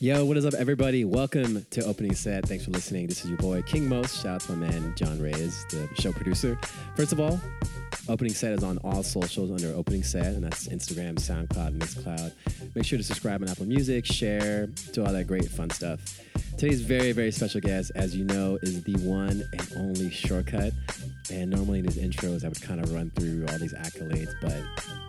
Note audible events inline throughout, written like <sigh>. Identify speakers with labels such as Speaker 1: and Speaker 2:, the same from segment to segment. Speaker 1: Yo, what is up, everybody? Welcome to Opening Set. Thanks for listening. This is your boy, King Most. Shout out to my man, John Reyes, the show producer. First of all, Opening Set is on all socials under Opening Set, and that's Instagram, SoundCloud, Mixcloud. Make sure to subscribe on Apple Music, share, do all that great fun stuff. Today's very, very special guest, as you know, is the one and only Shortcut. And normally in these intros, I would kind of run through all these accolades, but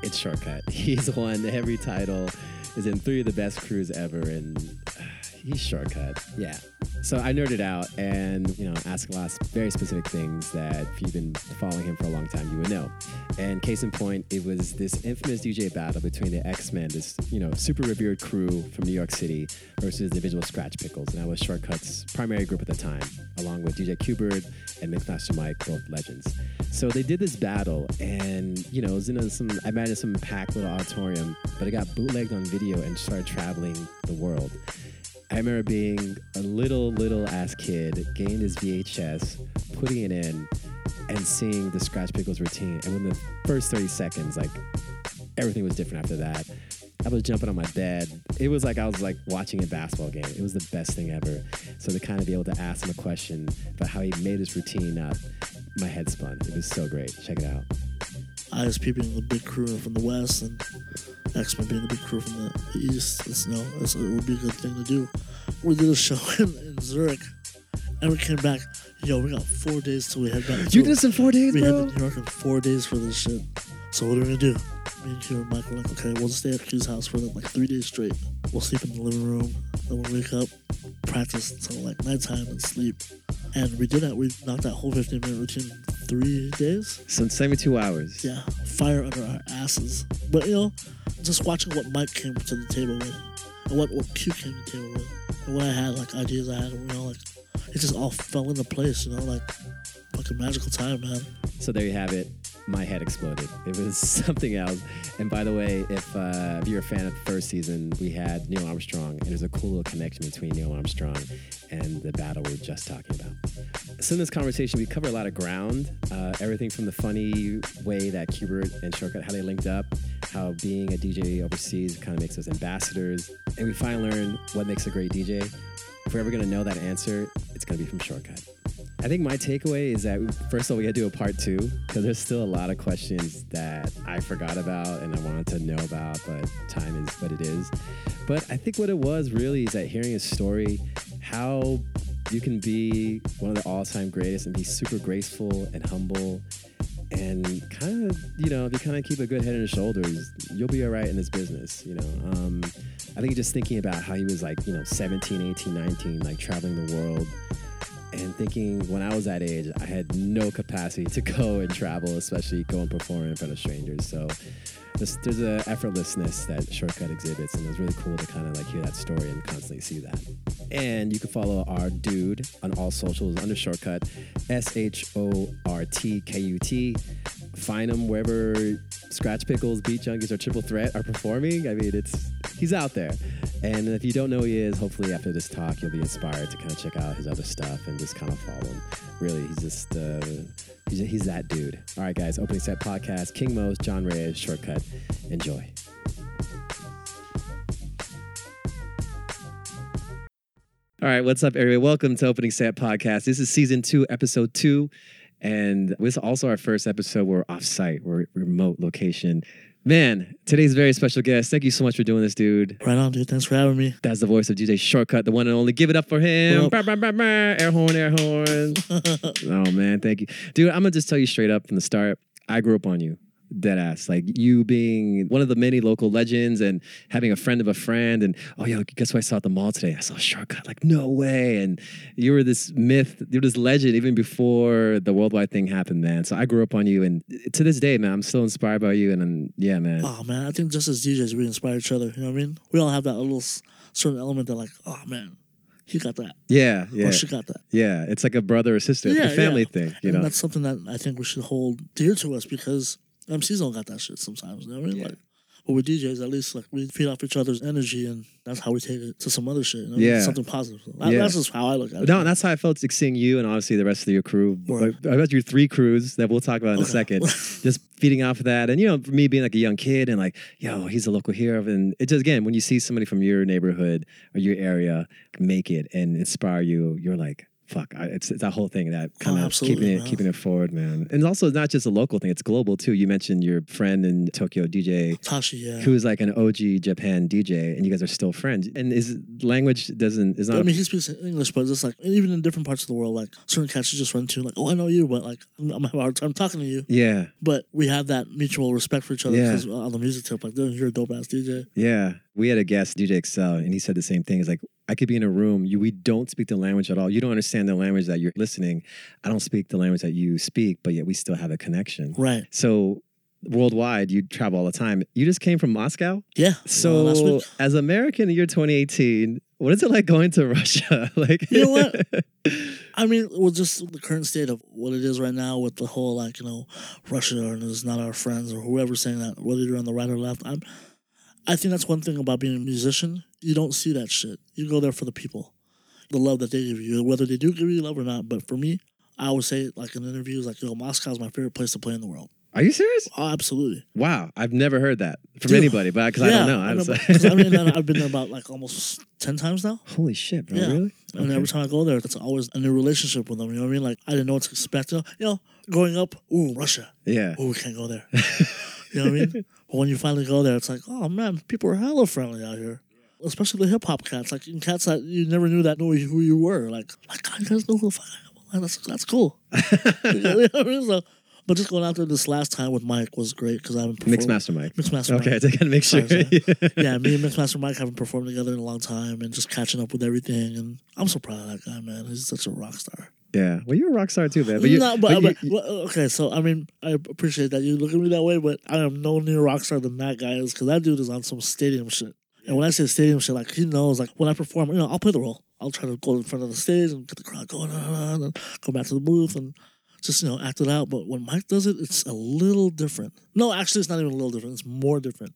Speaker 1: it's Shortcut. <laughs> He's won every title, is in three of the best crews ever, and uh, he's Shortcut. Yeah. So I nerded out and, you know, asked lots very specific things that if you've been following him for a long time, you would know. And case in point, it was this infamous DJ battle between the X-Men, this, you know, super revered crew from New York City versus the Visual Scratch Pickles. And I was Shortcut's primary group at the time, along with DJ Kubert and Mixmaster Mike, both legends. So they did this battle and, you know, it was in a, some, I imagine some packed little auditorium, but it got bootlegged on video and started traveling the world. I remember being a little, little ass kid, getting this VHS, putting it in, and seeing the Scratch Pickles routine. And within the first 30 seconds, like everything was different after that. I was jumping on my bed. It was like I was like watching a basketball game. It was the best thing ever. So to kind of be able to ask him a question about how he made his routine up, my head spun. It was so great. Check it out.
Speaker 2: ISP being the big crew from the West and X Men being the big crew from the East, it's, you know, it's, it would be a good thing to do. We did a show <laughs> in, in Zurich and we came back. Yo, we got four days till we head back.
Speaker 1: You
Speaker 2: to-
Speaker 1: did this in four days,
Speaker 2: We
Speaker 1: bro.
Speaker 2: had to New York in four days for this shit. So what are we gonna do? Me and Q and Mike were like, okay, we'll just stay at Q's house for like three days straight. We'll sleep in the living room, then we'll wake up, practice until like nighttime and sleep. And we did that. We knocked that whole 15 minute routine in three days.
Speaker 1: Some 72 hours.
Speaker 2: Yeah, fire under our asses. But you know, just watching what Mike came to the table with, and what what Q came to the table with, and what I had like ideas I had, you know, like it just all fell into place. You know, like fucking magical time, man.
Speaker 1: So there you have it. My head exploded. It was <laughs> something else. And by the way, if, uh, if you're a fan of the first season, we had Neil Armstrong, and there's a cool little connection between Neil Armstrong and the battle we were just talking about. So in this conversation, we cover a lot of ground. Uh, everything from the funny way that Kubert and Shortcut how they linked up, how being a DJ overseas kind of makes us ambassadors, and we finally learn what makes a great DJ. If we're ever gonna know that answer, it's gonna be from Shortcut. I think my takeaway is that first of all, we got to do a part two because there's still a lot of questions that I forgot about and I wanted to know about, but time is what it is. But I think what it was really is that hearing his story, how you can be one of the all-time greatest and be super graceful and humble and kind of you know if you kind of keep a good head on your shoulders you'll be all right in this business you know um, i think just thinking about how he was like you know 17 18 19 like traveling the world and thinking when I was that age, I had no capacity to <laughs> go and travel, especially go and perform in front of strangers. So this, there's a effortlessness that Shortcut exhibits, and it was really cool to kind of like hear that story and constantly see that. And you can follow our dude on all socials under Shortcut, S H O R T K U T. Find him wherever Scratch Pickles, Beat Junkies, or Triple Threat are performing. I mean, it's he's out there. And if you don't know who he is, hopefully after this talk, you'll be inspired to kind of check out his other stuff and just kind of follow him. Really, he's just uh, he's, he's that dude. All right, guys, opening set podcast, King Mo's, John Reyes, shortcut. Enjoy. All right, what's up, everybody? Welcome to Opening Set Podcast. This is season two, episode two, and this is also our first episode. We're offsite, we're remote location. Man, today's very special guest. Thank you so much for doing this, dude.
Speaker 2: Right on, dude. Thanks for having me.
Speaker 1: That's the voice of DJ Shortcut, the one and only. Give it up for him.
Speaker 2: Well-
Speaker 1: Brr, brr, brr, brr. Air horn, air horn.
Speaker 2: <laughs>
Speaker 1: oh man, thank you, dude. I'm gonna just tell you straight up from the start. I grew up on you, dead ass. Like you being one of the many local legends and having a friend of a friend. And oh yo, guess what I saw at the mall today? I saw Shortcut. Like no way. And you were this myth, you were this legend even before the worldwide thing happened, man. So I grew up on you, and to this day, man, I'm still inspired by you. And, and yeah, man.
Speaker 2: Oh man, I think just as DJs, we inspire each other. You know what I mean? We all have that little s- certain element that, like, oh man, he got that,
Speaker 1: Yeah, yeah,
Speaker 2: or she got that.
Speaker 1: yeah. It's like a brother or sister, it's
Speaker 2: Yeah,
Speaker 1: a family
Speaker 2: yeah.
Speaker 1: thing, you
Speaker 2: and
Speaker 1: know.
Speaker 2: that's something that I think we should hold dear to us because MCs don't got that shit sometimes. You know what I mean?
Speaker 1: Yeah.
Speaker 2: Like, But with DJs, at least like we feed off each other's energy, and that's how we take it to some other shit. You know?
Speaker 1: Yeah.
Speaker 2: something positive. That-
Speaker 1: Yeah.
Speaker 2: That's just how I look at it.
Speaker 1: No, that's how I felt like seeing you and obviously the rest of your crew.
Speaker 2: Word.
Speaker 1: I bet your three crews that we'll talk about in a
Speaker 2: Okay. <laughs>
Speaker 1: second. just feeding off of that, and you know, for me being like a young kid and like, yo, he's a local hero, and it just again, when you see somebody from your neighborhood or your area make it and inspire you, you're like. Fuck! I, it's, it's that whole thing that kind of
Speaker 2: Oh, absolutely,
Speaker 1: keeping it
Speaker 2: man.
Speaker 1: keeping it forward, man. And also, it's not just a local thing; it's global too. You mentioned your friend in Tokyo, DJ
Speaker 2: Tashi, yeah.
Speaker 1: who is like an OG Japan DJ, and you guys are still friends. And his language doesn't is not.
Speaker 2: I mean, he speaks English, but it's just like even in different parts of the world, like certain cats you just run to, like, oh, I know you, but like I'm, I'm having a hard time talking to you.
Speaker 1: yeah,
Speaker 2: But we have that mutual respect for each other
Speaker 1: Yeah.
Speaker 2: because on the music tip, like, dude, you're a dope ass DJ.
Speaker 1: yeah. We had a guest DJ Excel, and he said the same thing. He's like, I could be in a room. You, we don't speak the language at all. You don't understand the language that you're listening. I don't speak the language that you speak, but yet we still have a connection.
Speaker 2: Right?
Speaker 1: So worldwide, you travel all the time. You just came from Moscow.
Speaker 2: Yeah. Uh,
Speaker 1: So
Speaker 2: last week-
Speaker 1: as American in year 2018, what is it like going to <laughs> Russia? like
Speaker 2: You know what? I mean, well, just the current state of what it is right now with the whole like you know, Russia and it's not our friends or whoever saying that, whether you're on the right or left. I'm, I think that's one thing about being a musician. You don't see that shit. You go there for the people, the love that they give you, whether they do give you love or not. But for me, I always say it, like in interviews, like yo, Moscow's my favorite place to play in the world.
Speaker 1: <laughs> Are you serious?
Speaker 2: Oh, absolutely.
Speaker 1: Wow, I've never heard that from
Speaker 2: Dude.
Speaker 1: anybody, but because I don't know. I was
Speaker 2: but-
Speaker 1: like-
Speaker 2: 'cause
Speaker 1: <laughs>
Speaker 2: I mean, and I've been there about like almost ten times now.
Speaker 1: Holy shit, bro!
Speaker 2: Yeah.
Speaker 1: Really?
Speaker 2: And
Speaker 1: Okay.
Speaker 2: every time I go there, that's always a new relationship with them. You know what I mean? Like I didn't know what to expect. You know, growing up, ooh, Russia,
Speaker 1: Yeah.
Speaker 2: ooh, we can't go
Speaker 1: <laughs>
Speaker 2: there. you know what I mean? But when you finally go there, it's like, oh man, people are hella friendly out here. Especially the hip hop cats, like and cats that you never knew that knew who you were. Like, like God, you guys know who the fuck I am. Like, That's that's cool. <laughs> You know what I mean? So, but just going out there this last time with Mike was great because I haven't
Speaker 1: Mixed
Speaker 2: performed-
Speaker 1: master mic.
Speaker 2: Mixed Master. Mike
Speaker 1: Okay, I gotta make sure.
Speaker 2: Sorry,
Speaker 1: <laughs>
Speaker 2: yeah, me and Mixmaster Mike haven't performed together in a long time, and just catching up with everything. And I'm so proud of that guy, man. He's such a rock star.
Speaker 1: yeah. Well, you're a rock star too, man. But
Speaker 2: But
Speaker 1: you,
Speaker 2: no, but,
Speaker 1: but
Speaker 2: but,
Speaker 1: you-
Speaker 2: well, okay, so I mean, I appreciate that you look at me that way, but I am no near rock star than that guy is because that dude is on some stadium shit. And when I say stadium shit, like he knows, like when I perform, you know, I'll play the role. I'll try to go in front of the stage and get the crowd going, "Ah, ah," and then go back to the booth and just you know act it out. But when Mike does it, it's a little different. No, actually, it's not even a little different. It's more different.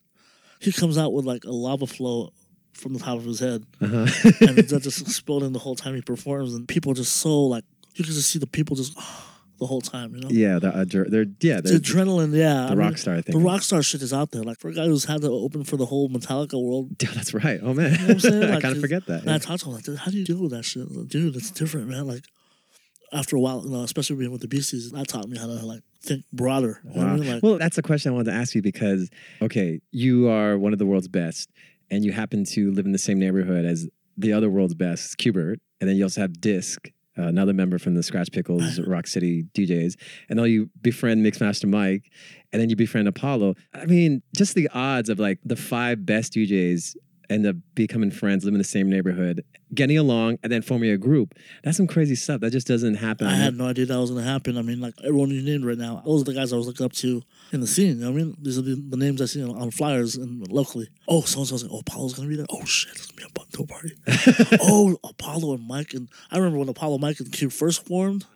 Speaker 2: He comes out with like a lava flow from the top of his head <laughs>
Speaker 1: uh-huh.
Speaker 2: and that just exploding the whole time he performs, and people just so like you can just see the people just <sighs> the whole time, you know.
Speaker 1: yeah, the, adre- they're yeah,
Speaker 2: The
Speaker 1: they're, the
Speaker 2: adrenaline, yeah. I mean,
Speaker 1: rock star thing.
Speaker 2: the rock star shit is out there. Like for a guy who's had to open for the whole Metallica world,
Speaker 1: <laughs> Dude, that's right. Oh man,
Speaker 2: know what I'm saying?
Speaker 1: <laughs> I
Speaker 2: Like,
Speaker 1: kind of
Speaker 2: it's-
Speaker 1: forget that.
Speaker 2: and I talked to him like, "Dude, how do you deal with that shit, I'm like, dude? It's different, man. Like after a while, you know, especially being with the Beasties, that taught me how to like think broader. You know what I
Speaker 1: Wow.
Speaker 2: mean? Like,
Speaker 1: well, that's a question I wanted to ask you because okay, you are one of the world's best, and you happen to live in the same neighborhood as the other world's best, Qbert, and then you also have Disc, uh, another member from the Scratch Pickles
Speaker 2: <laughs>
Speaker 1: Rock City DJs, and then you befriend Mixmaster Mike, and then you befriend Apollo. I mean, just the odds of like the five best DJs end up becoming friends, living in the same neighborhood, getting along, and then forming a group. That's some crazy stuff. That just doesn't happen.
Speaker 2: I had no idea that was gonna happen. I mean, like everyone you named right now, those are the guys I was looking up to in the scene. You know what I mean, these are the, the names I see on, on flyers and locally. Oh, so and so's like, oh, Apollo's gonna be there. Oh shit, it's gonna be a bundle party. oh, Apollo and Mike and I remember when Apollo, Mike, and Cube first formed,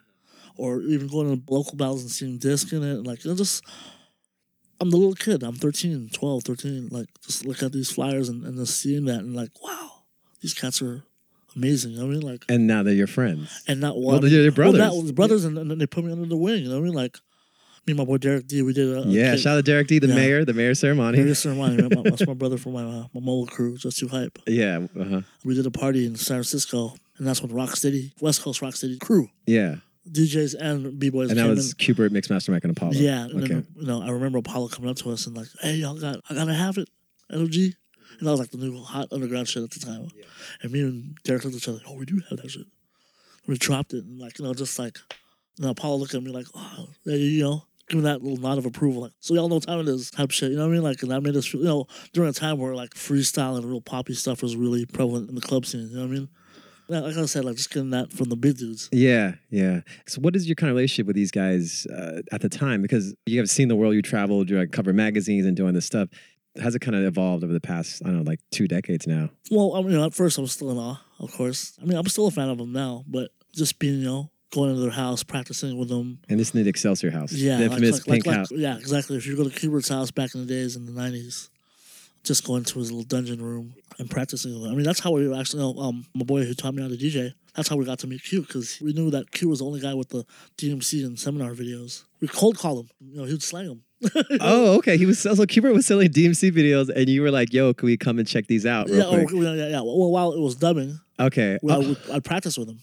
Speaker 2: or even going to local battles and seeing Disc in it. Like, you know, just I'm the little kid. I'm 13, 12, 13. Like, just look at these flyers and, and just seeing that and like, wow, these cats are amazing. You know what I mean, like.
Speaker 1: and now they're your friends.
Speaker 2: And not
Speaker 1: Well,
Speaker 2: one.
Speaker 1: they're your brothers.
Speaker 2: Well, that was brothers, and, and then they put me under the wing. You know what I mean? Like me and my boy Derek D, we did a a
Speaker 1: Yeah,
Speaker 2: kid-
Speaker 1: shout out to Derek D, the
Speaker 2: Yeah.
Speaker 1: mayor, the mayor ceremony.
Speaker 2: Derek Sermani, man.
Speaker 1: <laughs>
Speaker 2: My- That's my brother from my uh, my mobile crew, just too hype.
Speaker 1: Yeah, uh-huh.
Speaker 2: We did a party in San Francisco, and that's when Rock City, West Coast Rock City crew,
Speaker 1: yeah,
Speaker 2: DJs and b boys
Speaker 1: and
Speaker 2: came
Speaker 1: that
Speaker 2: in.
Speaker 1: was Cubert, Mixmaster Mike, and Apollo.
Speaker 2: Yeah, and
Speaker 1: okay.
Speaker 2: then you know I remember Apollo coming up to us and like, "Hey, y'all got I gotta have it, LG," and I was like the new hot underground shit at the time. And me and Derek looked at each other, "Oh, we do have that shit." We dropped it and like you know just like, and Apollo looked at me like, "Oh, yeah, you know." Give me that little nod of approval, like so y'all know what time it is, type shit. You know what I mean? Like, and that made us, feel, you know, during a time where like freestyle and real poppy stuff was really prevalent in the club scene. You know what I mean? Yeah, Like I said, like just getting that from the big dudes.
Speaker 1: Yeah, yeah. So, what is your kind of relationship with these guys uh, at the time? Because you have seen the world, you traveled, you're like covering magazines and doing this stuff. How's it kind of evolved over the past, I don't know, like two decades now?
Speaker 2: Well, I mean, at first I was still in awe, of course. I mean, I'm still a fan of them now, but just being, you know, going into their house, practicing with them.
Speaker 1: And this is the Excelsior House,
Speaker 2: Yeah,
Speaker 1: the
Speaker 2: like-
Speaker 1: infamous
Speaker 2: like, like,
Speaker 1: pink
Speaker 2: like-
Speaker 1: house.
Speaker 2: yeah, exactly. If you go to Kubert's house back in the days in the 90s, just going to his little dungeon room and practicing. I mean, that's how we were actually, you know, um, my boy who taught me how to DJ, that's how we got to meet Q because we knew that Q was the only guy with the DMC and seminar videos. We cold call him, you know, he would slang him.
Speaker 1: Oh, okay. He was so Cuber was selling DMC videos, and you were like, "Yo, can we come and check these out
Speaker 2: Yeah,
Speaker 1: real
Speaker 2: oh,
Speaker 1: quick?"
Speaker 2: yeah, yeah, yeah. Well, while it was dubbing,
Speaker 1: Okay,
Speaker 2: we, I would, I'd practice with him.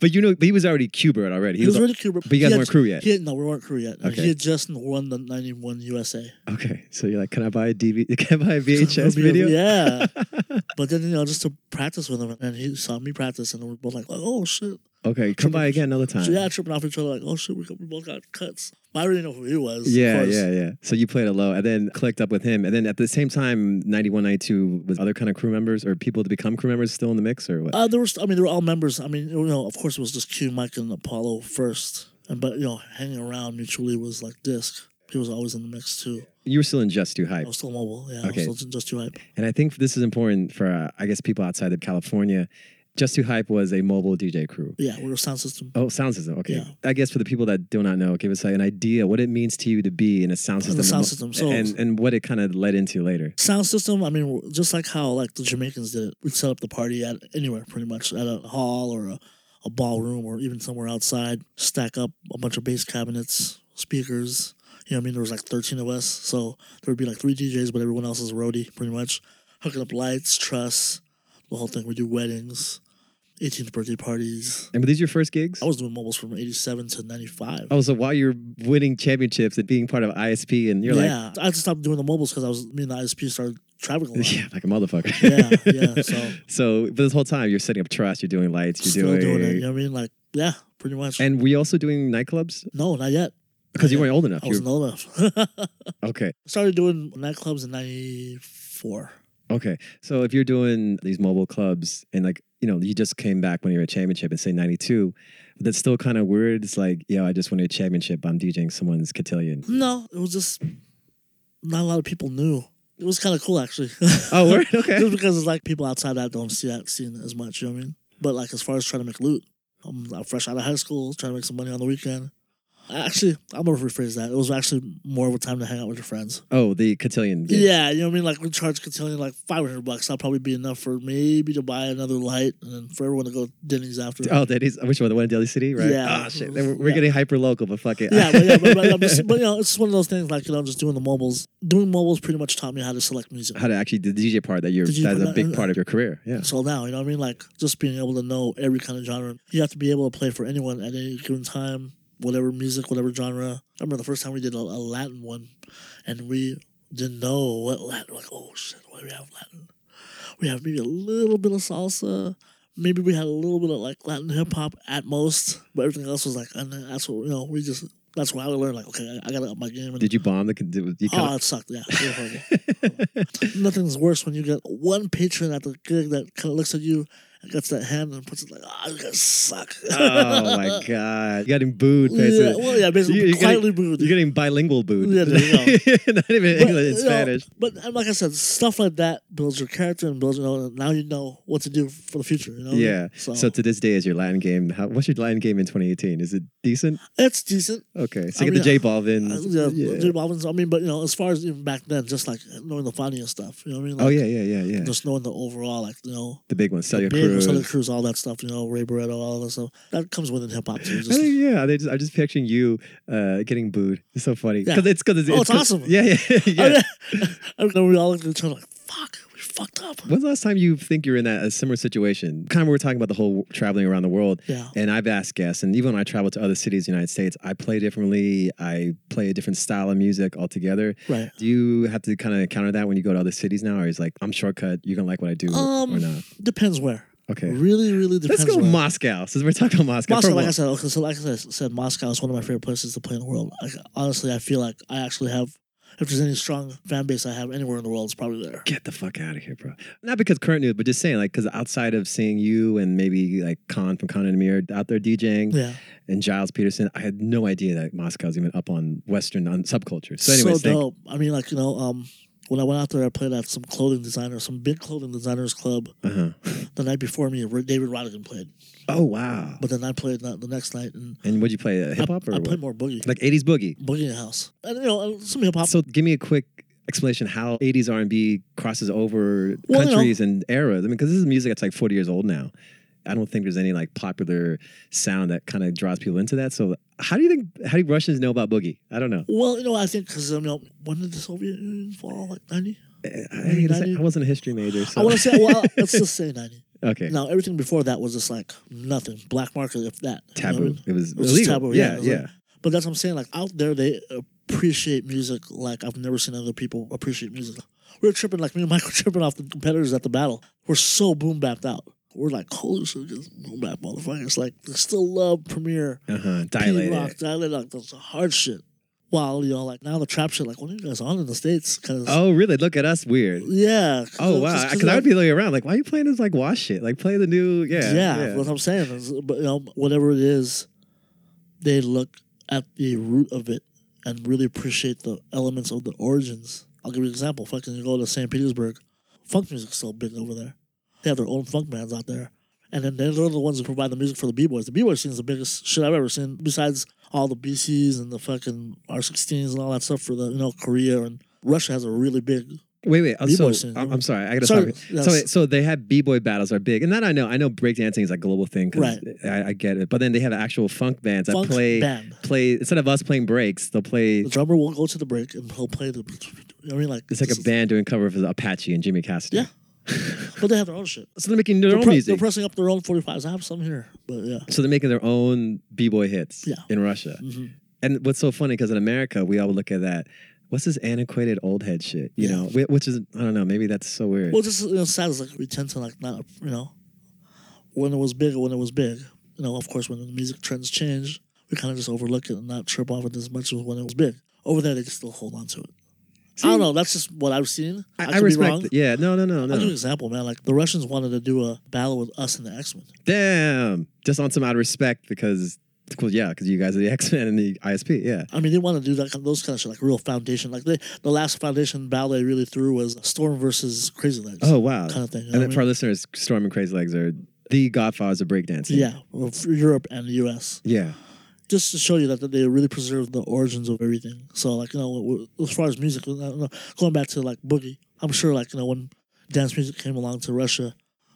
Speaker 1: but you know, but he was already Cuber already.
Speaker 2: He, was already Cuba.
Speaker 1: but you guys weren't crew yet.
Speaker 2: He had, no, we weren't crew yet. And
Speaker 1: Okay.
Speaker 2: He had just won the 91 USA.
Speaker 1: okay, so you're like, "Can I buy a DV? <laughs> Can I buy a VHS
Speaker 2: <laughs> It'll be a-
Speaker 1: video?" <laughs>
Speaker 2: Yeah. but then, you know, just to practice with him. And he saw me practice, and we were both like, oh, shit.
Speaker 1: Okay, come by again another time.
Speaker 2: So, yeah, tripping off each other, like, oh, shit, we, got- we both got cuts. But I already know who he was. of
Speaker 1: Yeah,
Speaker 2: course.
Speaker 1: yeah, yeah. So you played a low and then clicked up with him. And then at the same time, 91, 92, was other kind of crew members or people to become crew members still in the mix or what?
Speaker 2: Uh, there was, I mean, they were all members. I mean, you know, of course, it was just Q, Mike, and Apollo first. And But, you know, hanging around mutually was like disc. He was always in the mix, too.
Speaker 1: you were still in Just Too
Speaker 2: I
Speaker 1: Hype.
Speaker 2: was still mobile. Yeah,
Speaker 1: Okay.
Speaker 2: I was still just too hype.
Speaker 1: And I think this is important for, uh, I guess, people outside of California. Just Too Hype was a mobile DJ crew.
Speaker 2: Yeah, we were sound system.
Speaker 1: Oh, sound system. Okay.
Speaker 2: Yeah.
Speaker 1: I guess for the people that do not know, give us like, an idea what it means to you to be in a sound
Speaker 2: In
Speaker 1: system,
Speaker 2: the sound
Speaker 1: and
Speaker 2: system,
Speaker 1: mo-
Speaker 2: so-
Speaker 1: and, and what it kind of led into later.
Speaker 2: sound system i mean just like how like the jamaicans did it we'd set up the party at anywhere pretty much at a hall or a, a ballroom or even somewhere outside stack up a bunch of bass cabinets speakers you know what i mean there was like 13 of us so there would be like three djs but everyone else is a roadie pretty much hooking up lights truss the whole thing we do weddings 18th birthday parties
Speaker 1: And were these your first gigs?
Speaker 2: i was doing mobiles from 87 to 95
Speaker 1: Oh, so while you're winning championships and being part of ISP, and you're
Speaker 2: yeah i had to stop doing the mobiles because i was me and the isp started traveling a
Speaker 1: like,
Speaker 2: lot
Speaker 1: <laughs> yeah, like a motherfucker. <laughs>
Speaker 2: yeah yeah so
Speaker 1: So, but this whole time you're setting up trust, you're doing lights, you're
Speaker 2: still
Speaker 1: doing,
Speaker 2: doing it. You know what I mean? Like, yeah, pretty much.
Speaker 1: and we also doing nightclubs
Speaker 2: no, not yet.
Speaker 1: because you
Speaker 2: Not
Speaker 1: weren't old enough.
Speaker 2: I
Speaker 1: You
Speaker 2: wasn't old enough.
Speaker 1: were- okay,
Speaker 2: <laughs> Started doing nightclubs in '94.
Speaker 1: okay. So if you're doing these mobile clubs and like you know you just came back when you were a championship and say '92, that's still kind of weird. It's like yo, I just won a championship. I'm DJing someone's
Speaker 2: <laughs>
Speaker 1: cotillion.
Speaker 2: No, it was just not a lot of people knew. It was kind of cool actually. <laughs>
Speaker 1: Oh, word? Okay.
Speaker 2: just because it's like people outside that don't see that scene as much. You know what I mean? But like as far as trying to make loot, I'm uh, fresh out of high school, trying to make some money on the weekend. Actually, I'm gonna rephrase that. It was actually more of a time to hang out with your friends.
Speaker 1: Oh, the cotillion. gig.
Speaker 2: Yeah, you know what I mean? Like we charge Cotillion like five hundred bucks. That'll probably be enough for maybe to buy another light and then for everyone to go to Denny's after.
Speaker 1: Oh, that is which one? The one in Daly City, right?
Speaker 2: Yeah.
Speaker 1: Oh shit, we're, we're
Speaker 2: Yeah.
Speaker 1: getting hyper local, but fuck it.
Speaker 2: Yeah, but, yeah, but, but, but, but, you know, it's just one of those things like, you know, just doing the mobiles. Doing mobiles pretty much taught me how to select
Speaker 1: <laughs>
Speaker 2: music.
Speaker 1: How to actually the DJ part that you're
Speaker 2: The DJ
Speaker 1: that's a
Speaker 2: part,
Speaker 1: big
Speaker 2: uh,
Speaker 1: part of your career. Yeah.
Speaker 2: So now, you know what I mean? Like just being able to know every kind of genre. You have to be able to play for anyone at any given time, whatever music, whatever genre. I remember the first time we did a, a Latin one and we didn't know what Latin like, oh shit, what do we have Latin? We have maybe a little bit of salsa. Maybe we had a little bit of like Latin hip hop at most, but everything else was like, and then that's what you know. We just that's why I learned like, okay, I, I gotta up my game. And,
Speaker 1: Did you bomb the? Did you
Speaker 2: oh, it sucked. Yeah, it was horrible. <laughs> Nothing's worse when you get one patron at the gig that kind of looks at you and gets that hand and puts it like, ah, you guys suck.
Speaker 1: <laughs> oh my god, you getting booed.
Speaker 2: Ah. <laughs> yeah,
Speaker 1: Basically.
Speaker 2: well, yeah, basically,
Speaker 1: You- you're
Speaker 2: quietly
Speaker 1: You're
Speaker 2: booed.
Speaker 1: getting bilingual booed.
Speaker 2: Yeah, there you
Speaker 1: <laughs> Not even English,
Speaker 2: But,
Speaker 1: it's
Speaker 2: you know,
Speaker 1: Spanish.
Speaker 2: but and like I said, stuff like that builds your character and builds, you know, now you know what to do for the future, you know?
Speaker 1: Yeah. So,
Speaker 2: So,
Speaker 1: to this day, is your Latin game? How, what's your Latin game in 2018? Is it decent?
Speaker 2: it's decent.
Speaker 1: Okay. So
Speaker 2: I
Speaker 1: you
Speaker 2: mean,
Speaker 1: get the J
Speaker 2: Uh,
Speaker 1: Balvin.
Speaker 2: yeah,
Speaker 1: yeah.
Speaker 2: J Balvin's, I mean, but, you know, as far as even back then, just like knowing the funny and stuff, you know what I mean? Like,
Speaker 1: oh yeah, yeah, yeah, yeah.
Speaker 2: Just knowing the overall, like, you know,
Speaker 1: the big one, Celia
Speaker 2: Big,
Speaker 1: Cruz.
Speaker 2: Celia Cruz, all that stuff, you know, Ray Barretto, all that stuff. That comes within hip hop too.
Speaker 1: I
Speaker 2: Just,
Speaker 1: think, yeah, they just, I'm just picturing you uh, getting booed. It's so funny
Speaker 2: Yeah.
Speaker 1: because it's because it's,
Speaker 2: Oh, it's Oh,
Speaker 1: 'cause-
Speaker 2: awesome.
Speaker 1: Yeah, <laughs> yeah, yeah.
Speaker 2: <laughs> I remember we all looked at each other like, fuck, we fucked up.
Speaker 1: When's the last time you think you're in that a similar situation? Kind of we were talking about the whole traveling around the world.
Speaker 2: Yeah.
Speaker 1: And I've asked guests, and even when I travel to other cities in the United States, I play differently. I play a different style of music altogether.
Speaker 2: Right.
Speaker 1: Do you have to kind of encounter that when you go to other cities now, or is like I'm shortcut, you're gonna like what I do or not?
Speaker 2: Um, depends where.
Speaker 1: Okay,
Speaker 2: Really, really depends
Speaker 1: let's go to
Speaker 2: where.
Speaker 1: Moscow since we're talking about Moscow.
Speaker 2: Moscow,
Speaker 1: for a
Speaker 2: like I
Speaker 1: while.
Speaker 2: said, okay, so like I said, said, Moscow is one of my favorite places to play in the world. Like, honestly, I feel like I actually have, if there's any strong fan base I have anywhere in the world, it's probably there.
Speaker 1: Get the fuck out of here, bro. Not because current news, but just saying, like, because outside of seeing you and maybe like Khan from Khan and Amir out there DJing,
Speaker 2: Yeah.
Speaker 1: and Giles Peterson. I had no idea that Moscow's even up on Western on subculture. So, anyways, thank-
Speaker 2: dope. I mean, like, you know, um, when I went out there, I played at some clothing designer, some big clothing designers club.
Speaker 1: uh-huh.
Speaker 2: The night before me, David Rodigan played.
Speaker 1: oh wow!
Speaker 2: But then I played that the next night, and
Speaker 1: And would you play uh, hip hop
Speaker 2: I,
Speaker 1: or
Speaker 2: I
Speaker 1: what?
Speaker 2: played more boogie.
Speaker 1: like '80s boogie?
Speaker 2: Boogie House. And you know, and some hip hop.
Speaker 1: So, give me a quick explanation how 80s R&B crosses over
Speaker 2: Well, you know-
Speaker 1: countries and eras. I mean, because this is music that's like 40 years old now. I don't think there's any like popular sound that kind of draws people into that. So how do you think how do Russians know about boogie? I don't know.
Speaker 2: Well, you know, I think because you know, when did the Soviet Union fall? Like ninety?
Speaker 1: I,
Speaker 2: mean,
Speaker 1: I-
Speaker 2: I do-
Speaker 1: I wasn't a history major, so
Speaker 2: I want to say. Well, let's just say ninety.
Speaker 1: <laughs> okay.
Speaker 2: Now everything before that was just like nothing, black market, if that. you know what I
Speaker 1: Taboo.
Speaker 2: mean?
Speaker 1: It was
Speaker 2: It was just
Speaker 1: illegal.
Speaker 2: taboo, yeah,
Speaker 1: yeah,
Speaker 2: it was
Speaker 1: yeah.
Speaker 2: like- But that's what I'm saying. Like out there, they appreciate music like I've never seen other people appreciate music. We were tripping like me and Michael <laughs> tripping off the competitors at the battle. We're so boom bapped out. We're like, holy shit, just boom bap motherfuckers. Like they still love Premiere,
Speaker 1: uh-huh.
Speaker 2: P
Speaker 1: Dilated.
Speaker 2: Rock, Dilated, like that's hard shit. While you know, like now the trap shit, like when are you guys on in the states? Cause
Speaker 1: Oh, really? Look at us weird.
Speaker 2: yeah.
Speaker 1: Oh
Speaker 2: just
Speaker 1: wow! Because I
Speaker 2: like-
Speaker 1: would be looking around like, why are you playing this like wash shit? Like play the new yeah
Speaker 2: yeah, what I'm saying is, but you know, whatever it is, they look at the root of it and really appreciate the elements of the origins. I'll give you an example. Fucking you go to St. Petersburg, funk music's still big over there. They have their own funk bands out there, and then they're the ones who provide the music for the b boys. The b boy scene is the biggest shit I've ever seen, besides all the BCs and the fucking R16s and all that stuff for the you know Korea and Russia has a really big
Speaker 1: Wait, wait. I'm,
Speaker 2: B-boy
Speaker 1: so,
Speaker 2: scene,
Speaker 1: I'm,
Speaker 2: yeah.
Speaker 1: I'm sorry. I gotta
Speaker 2: Sorry,
Speaker 1: stop. you.
Speaker 2: yes.
Speaker 1: So, wait, so they have b boy battles are big, and that I know. I know breakdancing is like a global thing. 'cause
Speaker 2: Right.
Speaker 1: I, I get it. But then they have actual funk bands
Speaker 2: funk
Speaker 1: that play
Speaker 2: band.
Speaker 1: play instead of us playing breaks, they'll play.
Speaker 2: The drummer will go to the break and he'll play the. You know what I mean, like
Speaker 1: It's like
Speaker 2: this
Speaker 1: a
Speaker 2: is-
Speaker 1: band doing cover of Apache and Jimmy Cassidy.
Speaker 2: Yeah. But they have their own shit.
Speaker 1: So they're making their
Speaker 2: They're,
Speaker 1: own
Speaker 2: pre- they're
Speaker 1: music.
Speaker 2: pressing up their own 45s. I have some here, but yeah.
Speaker 1: so they're making their own b boy hits
Speaker 2: Yeah.
Speaker 1: in Russia. And what's so funny because in America we all look at that. What's this antiquated old head shit? You
Speaker 2: Yeah.
Speaker 1: know, Wh- which is I don't know. Maybe that's so weird.
Speaker 2: Well, just you know, sad is like we tend to like not, you know, when it was big or when it was big. You know, of course, when the music trends change, we kind of just overlook it and not trip off it as much as when it was big. Over there, they just still hold on to it. I don't know. That's just what I've seen. I, could be wrong.
Speaker 1: it. Yeah, no, no, no,
Speaker 2: I'll give you an
Speaker 1: no.
Speaker 2: example, man. Like the Russians wanted to do a battle with us and the X Men.
Speaker 1: Damn, just on some out of respect because, cool, yeah, because you guys are the <laughs> X Men and the ISP. Yeah,
Speaker 2: I mean, they want to do that kind those kind of shit, like real foundation. Like they, the last foundation battle they really threw was Storm versus Crazy Legs.
Speaker 1: Oh wow.
Speaker 2: kind of thing.
Speaker 1: and
Speaker 2: you know what I
Speaker 1: then
Speaker 2: mean?
Speaker 1: for our listeners, Storm and Crazy Legs are the godfathers of breakdancing.
Speaker 2: Yeah, well, for Europe and the U.S.
Speaker 1: yeah.
Speaker 2: Just to show you that, that they really preserve the origins of everything. So, like you know, w- w- as far as music, I don't know, going back to like boogie, I'm sure like you know when dance music came along to Russia,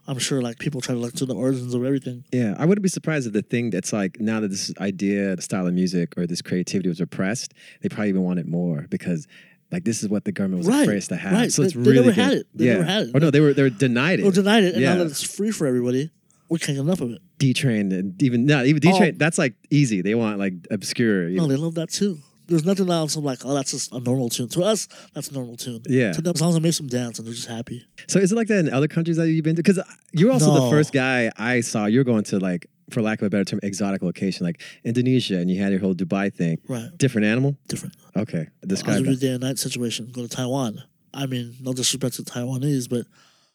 Speaker 2: I'm sure like people try to look to the origins of everything.
Speaker 1: Yeah, I wouldn't be surprised if the thing that's like now that this idea, style of music, or this creativity was repressed, they probably even want it more because, like, this is what the government was
Speaker 2: Right,
Speaker 1: afraid to have.
Speaker 2: right.
Speaker 1: So it's
Speaker 2: They- they
Speaker 1: really
Speaker 2: never had
Speaker 1: good.
Speaker 2: it. They
Speaker 1: yeah.
Speaker 2: never had it.
Speaker 1: Or no, they were they were denied it.
Speaker 2: Or denied it, and
Speaker 1: Yeah.
Speaker 2: now that it's free for everybody, we can't get enough of it.
Speaker 1: D Train and even no, even D Train.
Speaker 2: Oh.
Speaker 1: That's like easy. They want like obscure.
Speaker 2: No,
Speaker 1: even.
Speaker 2: they love that too. There's nothing else. I'm like, oh, that's just a normal tune. To us, that's a normal tune.
Speaker 1: Yeah.
Speaker 2: To them, as long as it makes them dance and they're just happy.
Speaker 1: So is it like that in other countries that you've been to? Because you're also the
Speaker 2: No.
Speaker 1: first guy I saw. You're going to like, for lack of a better term, exotic location like Indonesia, and you had your whole Dubai thing.
Speaker 2: Right.
Speaker 1: Different animal.
Speaker 2: Different.
Speaker 1: Okay,
Speaker 2: I'll
Speaker 1: describe
Speaker 2: do the
Speaker 1: it.
Speaker 2: day and night situation. Go to Taiwan. I mean, no disrespect to Taiwanese, but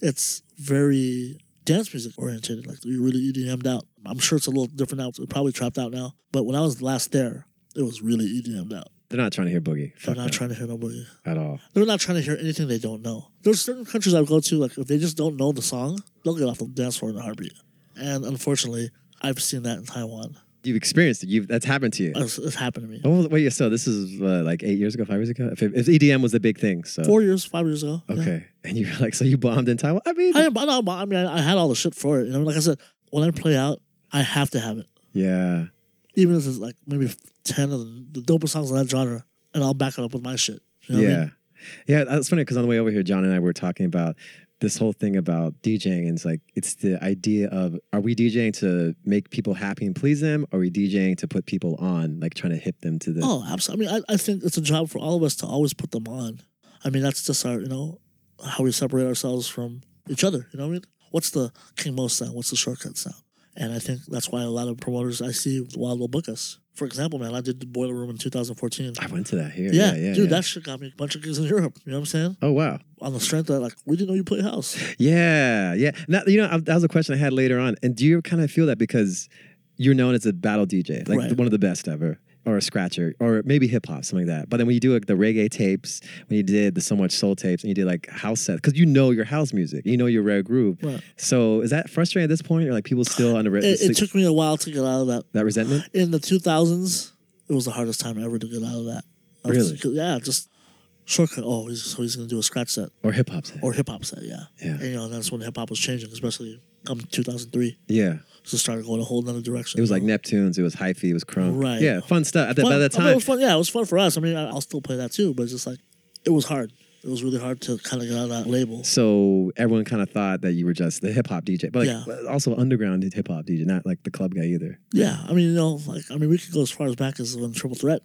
Speaker 2: it's very dance music oriented. Like you really EDM'd out. I'm sure it's a little different now. It's probably trapped out now. But when I was last there, it was really EDM'd out.
Speaker 1: They're not trying to hear boogie.
Speaker 2: They're
Speaker 1: Fuck
Speaker 2: not
Speaker 1: no,
Speaker 2: trying to hear nobody.
Speaker 1: at all.
Speaker 2: They're not trying to hear anything they don't know. There's certain countries I go to, like if they just don't know the song, they'll get off the dance floor in a heartbeat. And unfortunately, I've seen that in Taiwan.
Speaker 1: You've experienced it. You've that's happened to you.
Speaker 2: It's, it's happened to me.
Speaker 1: Oh wait, so this is uh, like eight years ago, five years ago. If, if EDM was the big thing, so
Speaker 2: Four years, five years ago. yeah.
Speaker 1: okay, and you were like, so you bombed in Taiwan. I mean,
Speaker 2: I, am, I, know, I mean, I, I had all the shit for it. You know, like I said, when I play out, I have to have it.
Speaker 1: yeah,
Speaker 2: Even if it's like maybe 10 of the, the dopest songs in that genre, and I'll back it up with my shit. You know what I
Speaker 1: yeah,
Speaker 2: mean?
Speaker 1: yeah. That's funny because on the way over here, John and I were talking about this whole thing about DJing, and it's like it's the idea of are we DJing to make people happy and please them, or are we DJing to put people on, like trying to hip them to the
Speaker 2: Oh, absolutely. I mean, I, I think it's a job for all of us to always put them on. I mean, that's just our, you know, how we separate ourselves from each other. You know what I mean? What's the King Mo sound? What's the shortcut sound? And I think that's why a lot of promoters I see wild will book us. For example, man, I did the Boiler Room in 2014.
Speaker 1: I went to that here.
Speaker 2: Yeah,
Speaker 1: Yeah, yeah,
Speaker 2: dude,
Speaker 1: yeah.
Speaker 2: that shit got me a bunch of gigs in Europe. You know what I'm saying?
Speaker 1: Oh wow!
Speaker 2: On the strength of like, we didn't know you
Speaker 1: <laughs>
Speaker 2: play house.
Speaker 1: Yeah, yeah. Now you know I- that was a question I had later on. And do you kind of feel that because you're known as a battle DJ, like
Speaker 2: Right.
Speaker 1: one of the best ever, or a scratcher, or maybe hip hop, something like that. But then when you do like the reggae tapes, when you did the so much soul tapes, and you did like house sets, because you know your house music, you know your rare groove.
Speaker 2: Right.
Speaker 1: So is that frustrating at this point, or like people still under
Speaker 2: It, it
Speaker 1: like,
Speaker 2: took me a while to get out of that.
Speaker 1: that resentment?
Speaker 2: In the 2000s, it was the hardest time ever to get out of that. I was-
Speaker 1: Really?
Speaker 2: yeah, just Shortcut. Oh, he's, so he's gonna do a scratch set
Speaker 1: Or hip hop set.
Speaker 2: or hip hop set. Yeah.
Speaker 1: Yeah.
Speaker 2: And you know that's when hip hop was changing, especially come 2003.
Speaker 1: yeah.
Speaker 2: So it started going a whole other direction.
Speaker 1: It was like Neptunes, it was hyphy, it was crunk.
Speaker 2: Right.
Speaker 1: Yeah, fun stuff. At the,
Speaker 2: Fun.
Speaker 1: by that
Speaker 2: I mean, it
Speaker 1: time,
Speaker 2: was fun. Yeah, it was fun for us. I mean, I- I'll still play that too, but it's just like it was hard. It was really hard to kind of get out of that label.
Speaker 1: so everyone kind of thought that you were just the hip hop DJ, but like,
Speaker 2: Yeah.
Speaker 1: but also underground hip hop DJ, not like the club guy either.
Speaker 2: Yeah, I mean, you know, like I mean, we could go as far as back as when Triple Threat.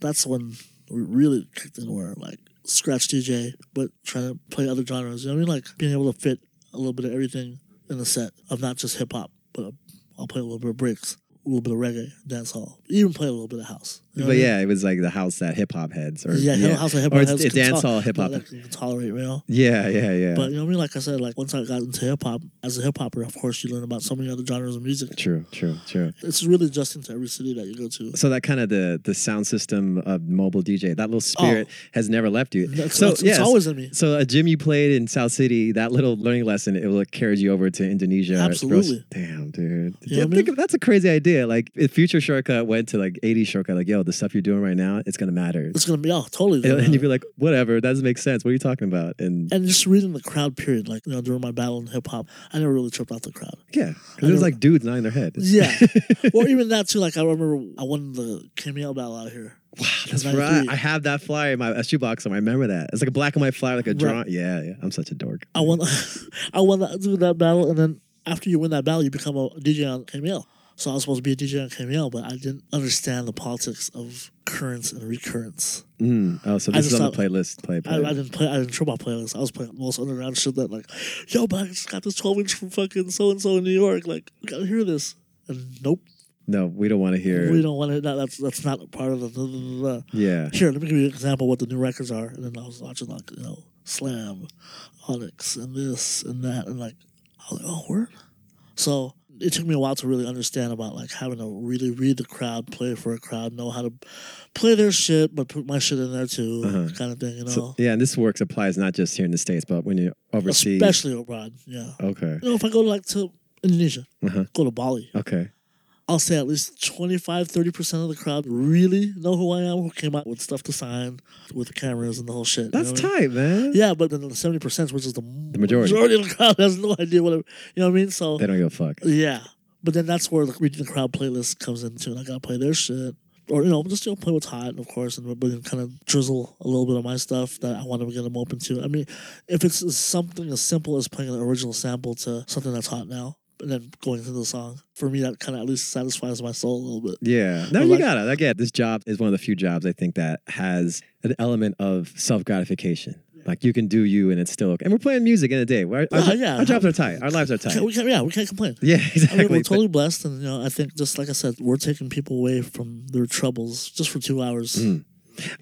Speaker 2: That's when we really kicked in. Where like scratch DJ, but trying to play other genres. You know what I mean? Like being able to fit a little bit of everything in a set of not just hip hop, but I'll play a little bit of breaks, a little bit of reggae, dance hall, even play a little bit of house. You know what
Speaker 1: But
Speaker 2: I mean?
Speaker 1: yeah, it was like the house that hip hop heads or
Speaker 2: Oh, yeah, yeah. house of hip
Speaker 1: or
Speaker 2: hop.
Speaker 1: it's, it's dance hall hip hop.
Speaker 2: That you can tolerate, you know.
Speaker 1: Yeah, yeah, yeah.
Speaker 2: But you know what I mean? Like I said, like once I got into hip hop, as a hip hopper, of course, you learn about so many other genres of music.
Speaker 1: true, true, true.
Speaker 2: It's really adjusting to every city that you go to.
Speaker 1: So that kind of the the sound system of mobile DJ, that little spirit has never left you.
Speaker 2: Oh. That's,
Speaker 1: so
Speaker 2: that's-
Speaker 1: yes.
Speaker 2: it's always in me.
Speaker 1: so a gym you played in South City, that little learning lesson, it will carried you over to Indonesia. or-
Speaker 2: Absolutely.
Speaker 1: Damn, dude.
Speaker 2: You know what I
Speaker 1: Think
Speaker 2: mean?
Speaker 1: of- that's a crazy idea. Like if Future Shortcut went to like 80 Shortcut, like, yo, the stuff you're doing right now, it's gonna matter.
Speaker 2: It's gonna be oh totally.
Speaker 1: and,
Speaker 2: gonna
Speaker 1: and you'd
Speaker 2: matter.
Speaker 1: be like, whatever, that doesn't make sense. What are you talking about? And,
Speaker 2: and just reading the crowd period, like you know, during my battle in hip hop, I never really tripped out
Speaker 1: <laughs>
Speaker 2: the crowd.
Speaker 1: yeah, 'cause it was
Speaker 2: don't-
Speaker 1: like dudes nodding their head. <laughs>
Speaker 2: Yeah, or even that too. Like I remember I won the Camille battle out here. Wow, <laughs>
Speaker 1: That's right. I have that flyer in my a shoebox. and I remember that. It's like a black and white flyer, like a
Speaker 2: Right.
Speaker 1: drawing. Yeah, yeah. I'm such a dork.
Speaker 2: I won. <laughs> I won that, dude, that battle, and then after you win that battle, you become a DJ on KML. So I was supposed to be a DJ on KML, but I didn't understand the politics of currents and recurrence.
Speaker 1: Mm. Oh, so
Speaker 2: I
Speaker 1: this is
Speaker 2: just
Speaker 1: on the
Speaker 2: thought-
Speaker 1: playlist. Play,
Speaker 2: I,
Speaker 1: play.
Speaker 2: I didn't play. I didn't trip my playlist. I was playing most underground shit that like, yo, but I just got this twelve inch from fucking so and so in New York. Like, you gotta hear this. And nope,
Speaker 1: no, we don't want to hear.
Speaker 2: we don't want to. That, that's that's not a part of the. the- the- the-
Speaker 1: yeah.
Speaker 2: Here, let me give you an example of what the new records are. And then I was watching like you know Slam, Onyx, and this and that, and like I was like, oh word. So it took me a while to really understand about like having to really read the crowd, play for a crowd, know how to play their shit, but put my shit in there too,
Speaker 1: Uh-huh.
Speaker 2: kind of thing, you know.
Speaker 1: So, yeah, and this works applies not just here in the states, but when you're overseas.
Speaker 2: Especially abroad, yeah.
Speaker 1: Okay.
Speaker 2: You know, if I go like to Indonesia,
Speaker 1: Uh-huh.
Speaker 2: go to Bali,
Speaker 1: Okay.
Speaker 2: I'll say at least 25, 30% of the crowd really know who I am, who came out with stuff to sign, with the cameras and the whole shit. you
Speaker 1: That's
Speaker 2: know what I mean?
Speaker 1: tight, man.
Speaker 2: Yeah, but then the 70%, which is the, the
Speaker 1: majority.
Speaker 2: of the crowd, <laughs> has no idea what I, you know what I mean? So,
Speaker 1: They don't give a fuck.
Speaker 2: yeah. But then that's where like, reading the crowd playlist comes into, and I gotta play their shit. Or, you know, just you know, play what's hot, of course, and but then kind of drizzle a little bit of my stuff that I want to get them open to. I mean, if it's something as simple as playing an original sample to something that's hot now, and then going into the song, for me, that kind of at least satisfies my soul a little bit.
Speaker 1: Yeah. No,
Speaker 2: But
Speaker 1: you
Speaker 2: like-
Speaker 1: gotta. Again, this job is one of the few jobs I think that has an element of self gratification. Like you can do you, and it's still okay. And we're playing music in a day. Our, our,
Speaker 2: Yeah, <laughs> yeah.
Speaker 1: our jobs are tight. Our lives are tight.
Speaker 2: Can't- we can't, yeah, we can't complain.
Speaker 1: <laughs> Yeah,
Speaker 2: I
Speaker 1: exactly.
Speaker 2: mean, we're
Speaker 1: But-
Speaker 2: totally blessed, and you know, I think just like I said, we're taking people away from their troubles just for two hours.
Speaker 1: Mm.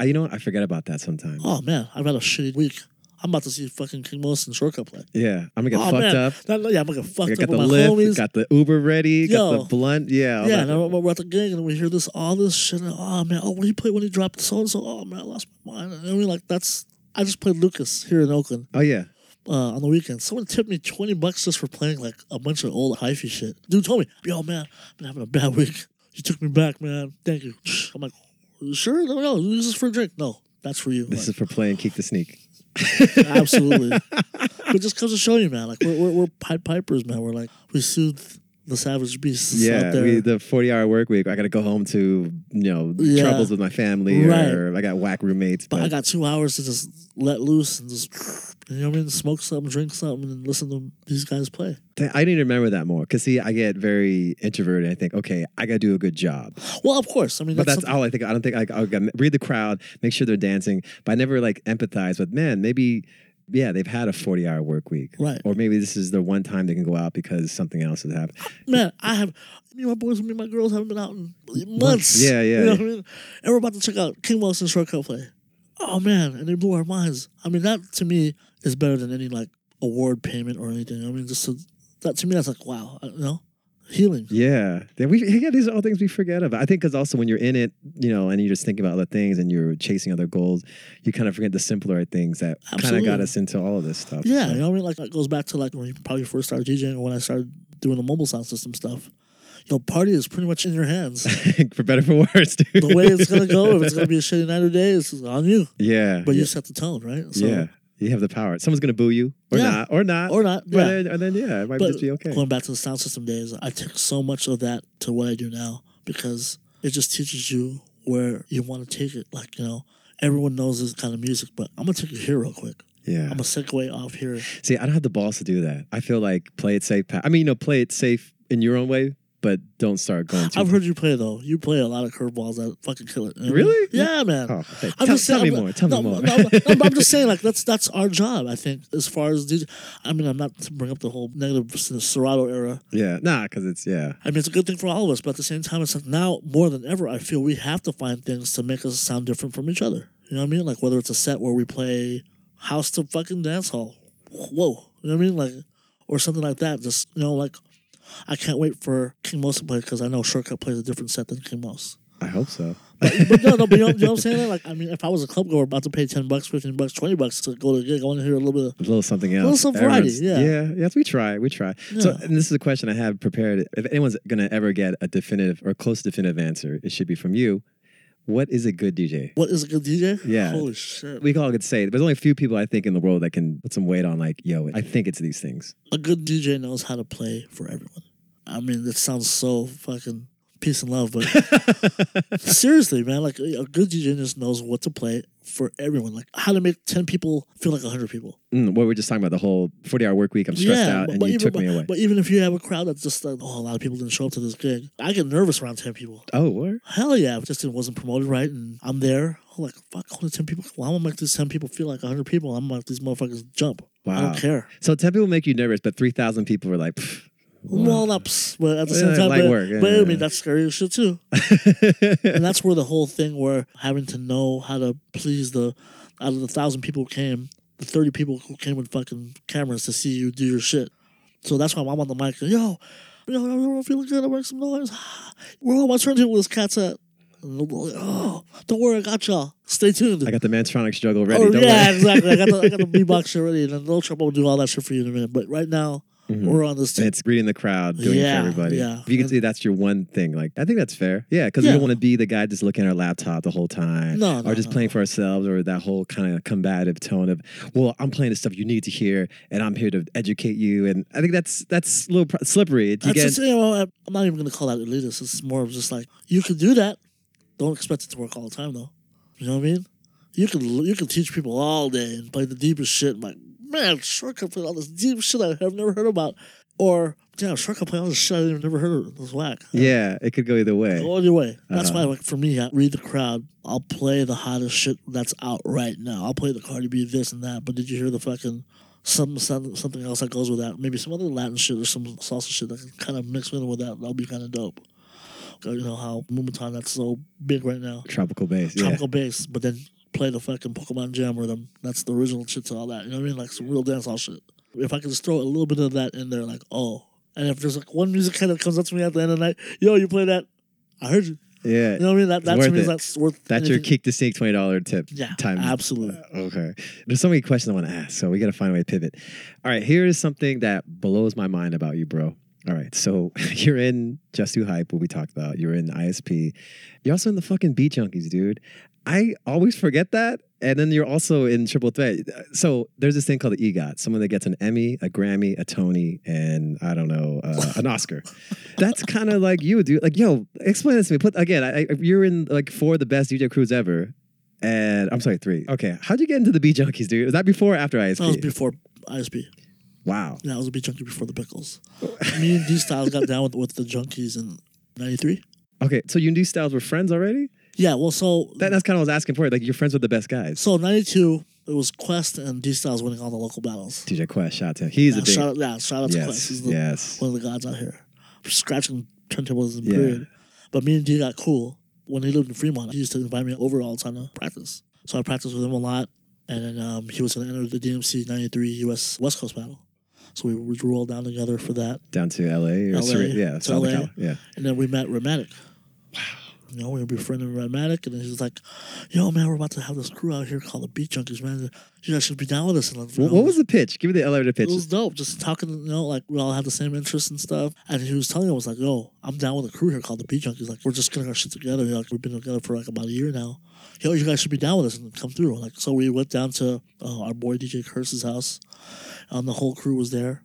Speaker 1: Uh, you know what? I forget about that sometimes.
Speaker 2: Oh man, I've had a shitty week. I'm about to see fucking King Most and Shortcut play.
Speaker 1: Yeah, I'm gonna get
Speaker 2: oh
Speaker 1: fucked
Speaker 2: man,
Speaker 1: up.
Speaker 2: That- yeah, I'm gonna get fucked
Speaker 1: I
Speaker 2: up
Speaker 1: got the
Speaker 2: with my
Speaker 1: lift,
Speaker 2: homies.
Speaker 1: got the Uber ready, got
Speaker 2: Yo.
Speaker 1: the blunt. Yeah, all
Speaker 2: yeah,
Speaker 1: that.
Speaker 2: and I remember we're at the gig and we hear this all this shit. And, oh man, oh when he played when he dropped so and so. Oh man, I lost my mind. And I mean, like that's I just played Lucas here in Oakland
Speaker 1: oh yeah.
Speaker 2: uh, on the weekend. Someone tipped me twenty bucks just for playing like a bunch of old hyphy shit. Dude told me, yo man, I've been having a bad <laughs> week. You took me back, man. Thank you. I'm like, sure, no, no, this is for a drink. No, that's for you. Like,
Speaker 1: This is for playing Keek the Sneak.
Speaker 2: Absolutely. but just comes to show you, man. Like we're we're, we're Pied Pipers, man. We're like we soothe the savage beasts out
Speaker 1: Yeah,
Speaker 2: there.
Speaker 1: we, the 40 hour work week. I gotta go home to you know
Speaker 2: Yeah.
Speaker 1: troubles with my family,
Speaker 2: Right.
Speaker 1: or I got whack roommates.
Speaker 2: but
Speaker 1: But,
Speaker 2: I got two hours to just let loose and just you know what I mean, smoke something, drink something, and listen to these guys play.
Speaker 1: th- I need to remember that more because see, I get very introverted. I think, okay, I gotta do a good
Speaker 2: <sighs>
Speaker 1: job.
Speaker 2: Well, of course. I mean,
Speaker 1: But
Speaker 2: that's,
Speaker 1: that's all I think. I don't think like, I gotta read the crowd, make sure they're dancing. But I never like empathize with man. Maybe yeah, they've had a 40 hour work week,
Speaker 2: Right.
Speaker 1: Or maybe this is the one time they can go out because something else has happened.
Speaker 2: something- man. I have me, and my boys, and me, and my girls haven't been out in months.
Speaker 1: Yeah, yeah,
Speaker 2: You know
Speaker 1: yeah.
Speaker 2: <laughs> what I mean? And we're about to check out King Wilson Shortcut play. Oh man, and they blew our minds. I mean, that to me is better than any like award payment or anything. I mean, just to, that to me, that's like wow, you know, healing.
Speaker 1: Yeah, yeah, we yeah. These are all things we forget about. I think because also when you're in it, you know, and you're just thinking about other things and you're chasing other goals, you kind of forget the simpler things that kind of got
Speaker 2: Absolutely.
Speaker 1: us into all of this stuff.
Speaker 2: Yeah,
Speaker 1: So,
Speaker 2: you know what I mean? Like, it goes back to like when you probably first started DJing or when I started doing the mobile sound system stuff. Your party is pretty much in your hands.
Speaker 1: <laughs> for better for worse, dude.
Speaker 2: The way it's gonna go, if it's gonna be a shitty night or day, it's on you.
Speaker 1: yeah,
Speaker 2: But
Speaker 1: yeah,
Speaker 2: you set the tone, right?
Speaker 1: yeah. You have the power. Someone's gonna boo you, or
Speaker 2: Yeah.
Speaker 1: not, or not,
Speaker 2: Or not.
Speaker 1: But
Speaker 2: Yeah.
Speaker 1: then, and then yeah, it might
Speaker 2: But
Speaker 1: just be okay.
Speaker 2: Going back to the sound system days, I took so much of that to what I do now because it just teaches you where you want to take it. Like, you know, everyone knows this kind of music, but I'm going to take it here real quick.
Speaker 1: yeah.
Speaker 2: I'm going to segue off here.
Speaker 1: See, I don't have the balls to do that. I feel like play it safe. pa- I mean, you know, play it safe in your own way, but don't start going too.
Speaker 2: I've heard you play, though. You play a lot of curveballs that fucking kill it.
Speaker 1: Really?
Speaker 2: Yeah, man.
Speaker 1: Oh, hey, tell,
Speaker 2: I'm just
Speaker 1: tell
Speaker 2: saying-
Speaker 1: me
Speaker 2: I'm-
Speaker 1: more. Tell
Speaker 2: no,
Speaker 1: me more.
Speaker 2: No, I'm- no, but I'm just saying, like that's that's our job. I think as far as DJ, I mean, I'm not to bring up the whole negative Serato era.
Speaker 1: <laughs> yeah, nah, because it's yeah,
Speaker 2: I mean, it's a good thing for all of us, but at the same time, it's like now more than ever, I feel we have to find things to make us sound different from each other. You know what I mean? Like whether it's a set where we play house to fucking dance hall, whoa, you know what I mean? Like or something like that. Just you know, like I can't wait for King Mos to play because I know Shortcut plays a different set than King Mos.
Speaker 1: I hope so.
Speaker 2: But no, no, but you know, you know what I'm saying? Like I mean, if I was a club goer about to pay ten bucks, fifteen bucks, twenty bucks to go to a gig, I want to hear a little bit. of
Speaker 1: A little something else.
Speaker 2: little some variety,
Speaker 1: Everyone's-
Speaker 2: yeah.
Speaker 1: yeah, yes, we try, we try. So,
Speaker 2: Yeah.
Speaker 1: and this is a question I have prepared. If anyone's gonna ever get a definitive or close to definitive answer, it should be from you. What is a good DJ?
Speaker 2: What is a good DJ?
Speaker 1: Yeah.
Speaker 2: Holy shit.
Speaker 1: We all could say it. there's only a few people I think in the world that can put some weight on like, yo, I think it's these things.
Speaker 2: a good DJ knows how to play for everyone. I mean, it sounds so fucking peace
Speaker 1: <laughs>
Speaker 2: and love, but seriously, man, like a good DJ just knows what to play for everyone. Like how to make ten people feel like hundred people.
Speaker 1: Mm, what we we're just talking about the whole 40 hour work week. I'm stressed out, and you
Speaker 2: even,
Speaker 1: took me away.
Speaker 2: but even if you have a crowd that's just like, oh, a lot of people didn't show up to this gig, I get nervous around ten people.
Speaker 1: oh, word?
Speaker 2: Hell yeah, just it wasn't promoted right, and I'm there. I'm like fuck, only ten people. Well, I'm gonna make these ten people feel like hundred people. I'm gonna make these motherfuckers jump. I
Speaker 1: Wow.
Speaker 2: don't care.
Speaker 1: So 10 people make you nervous, but 3,000 people were like, <laughs> "Pff,
Speaker 2: Well, ups, but at the same
Speaker 1: Yeah,
Speaker 2: time,
Speaker 1: light
Speaker 2: but,
Speaker 1: work, yeah,
Speaker 2: but
Speaker 1: yeah,
Speaker 2: I
Speaker 1: yeah.
Speaker 2: mean that's scary as shit too. and that's where the whole thing where having to know how to please the out of the thousand people who came, the thirty people who came with fucking cameras to see you do your shit. So that's why I'm on the mic. Yo, yo, I'm feeling good. I make some noise. <sighs> Where all my turntables cats at? And they'll be like, oh, don't worry, I got y'all. Stay tuned.
Speaker 1: I got the Mantronic struggle ready.
Speaker 2: Oh,
Speaker 1: Don't
Speaker 2: yeah,
Speaker 1: worry.
Speaker 2: exactly. I got the, I got
Speaker 1: <laughs>
Speaker 2: the beatbox shit ready, and then no trouble will do all that shit for you in a minute. But right now,
Speaker 1: Mhm.
Speaker 2: we're on this.
Speaker 1: And it's reading the crowd, doing
Speaker 2: Yeah,
Speaker 1: it for everybody.
Speaker 2: yeah.
Speaker 1: If you can
Speaker 2: And-
Speaker 1: say that's your one thing, like I think that's fair. Yeah, because we don't
Speaker 2: Yeah.
Speaker 1: want to be the guy just looking at our laptop the whole time,
Speaker 2: No, no,
Speaker 1: or just
Speaker 2: no,
Speaker 1: playing for ourselves, or that whole kind of combative tone of, "Well, I'm playing the stuff you need to hear, and I'm here to educate you." And I think that's that's a little pr- slippery. You
Speaker 2: That's
Speaker 1: get-
Speaker 2: just, you know, I'm I'm not even going to call that elitist. It's more of just like you can do that. Don't expect it to work all the time, though. You know what I mean? You can you can teach people all day and play the deepest shit. and like, man, shortcut played all this deep shit I have never heard about, or damn, shortcut played all this shit I've never heard of. It was whack.
Speaker 1: yeah, it could go either way.
Speaker 2: Go your way. That's
Speaker 1: Uh-huh.
Speaker 2: why, like for me, I read the crowd. I'll play the hottest shit that's out right now. I'll play the Cardi B, this and that. But did you hear the fucking some, some something else that goes with that? Maybe some other Latin shit or some salsa shit that can kind of mix in with that. That'll be kind of dope. You know how Mumaton that's so big right now,
Speaker 1: Tropical bass. Yeah.
Speaker 2: tropical bass. But then play the fucking Pokemon Jam rhythm. That's the original shit to all that. You know what I mean? Like some real dancehall shit. If I could just throw a little bit of that in there, like oh. And if there's like one music head that comes up to me at the end of the night, yo, you play that? I heard you.
Speaker 1: Yeah.
Speaker 2: You know what I mean? That, that
Speaker 1: worth
Speaker 2: to me
Speaker 1: it.
Speaker 2: is that's worth.
Speaker 1: That's your
Speaker 2: anything.
Speaker 1: kick to snake twenty dollar tip.
Speaker 2: Yeah,
Speaker 1: Time.
Speaker 2: absolutely.
Speaker 1: Uh, Okay. There's so many questions I want to ask, so we got to find a way to pivot. All right, here is something that blows my mind about you, bro. All right, so <laughs> you're in Just Do Hype, what we talked about. You're in ISP. You're also in the fucking Beat Junkies, dude. I always forget that. And then you're also in Triple Threat. So there's this thing called the EGOT, someone that gets an Emmy, a Grammy, a Tony, and I don't know, uh, an
Speaker 2: <laughs>
Speaker 1: Oscar. That's kind of like you, dude. Like, yo, explain this to me. Put again, I, I- you're in like four of the best DJ crews ever, and I'm sorry, three. Okay, how'd you get into the Beat Junkies, dude? Was that before or after ISP?
Speaker 2: That was before ISP.
Speaker 1: wow.
Speaker 2: Yeah, I was a big junkie before the pickles. me and D Styles got down with, with the junkies in '93.
Speaker 1: Okay, so you and D Styles were friends already?
Speaker 2: Yeah, well, so
Speaker 1: That, that's kind of what I was asking for. Like, you're friends with the best guys.
Speaker 2: so '92 it was Quest and D Styles winning all the local battles.
Speaker 1: DJ Quest, shout out to him. He's
Speaker 2: Yeah,
Speaker 1: a big.
Speaker 2: shout out, yeah, shout out to Quest.
Speaker 1: yes,
Speaker 2: He's the,
Speaker 1: yes.
Speaker 2: one of the gods out here, scratching turntables and
Speaker 1: Yeah.
Speaker 2: period. But me and D got cool when he lived in Fremont. He used to invite me over all the time to practice, so I practiced with him a lot. And then um, he was going to enter the DMC '93 U.S. West Coast battle, so we would roll down together for that.
Speaker 1: Down to LA or
Speaker 2: LA,
Speaker 1: Sur- yeah,
Speaker 2: to
Speaker 1: Southern
Speaker 2: LA.
Speaker 1: Cal. Yeah.
Speaker 2: And then we met Romantic. You know, we were befriending Rhymatic, and then he's like, "Yo, man, we're about to have this crew out here called the Beat Junkies, man. You guys should be down with us." And
Speaker 1: Wh- What, was the pitch? Give me the elevator pitch.
Speaker 2: It was dope. Just talking, you know, like we all have the same interests and stuff. And he was telling me, I was like, yo, I'm down with a crew here called the Beat Junkies. Like, we're just getting our shit together. Like, we've been together for like about a year now. Yo, you guys should be down with us and come through. Like, so we went down to uh, our boy DJ Curse's house. Um, the whole crew was there.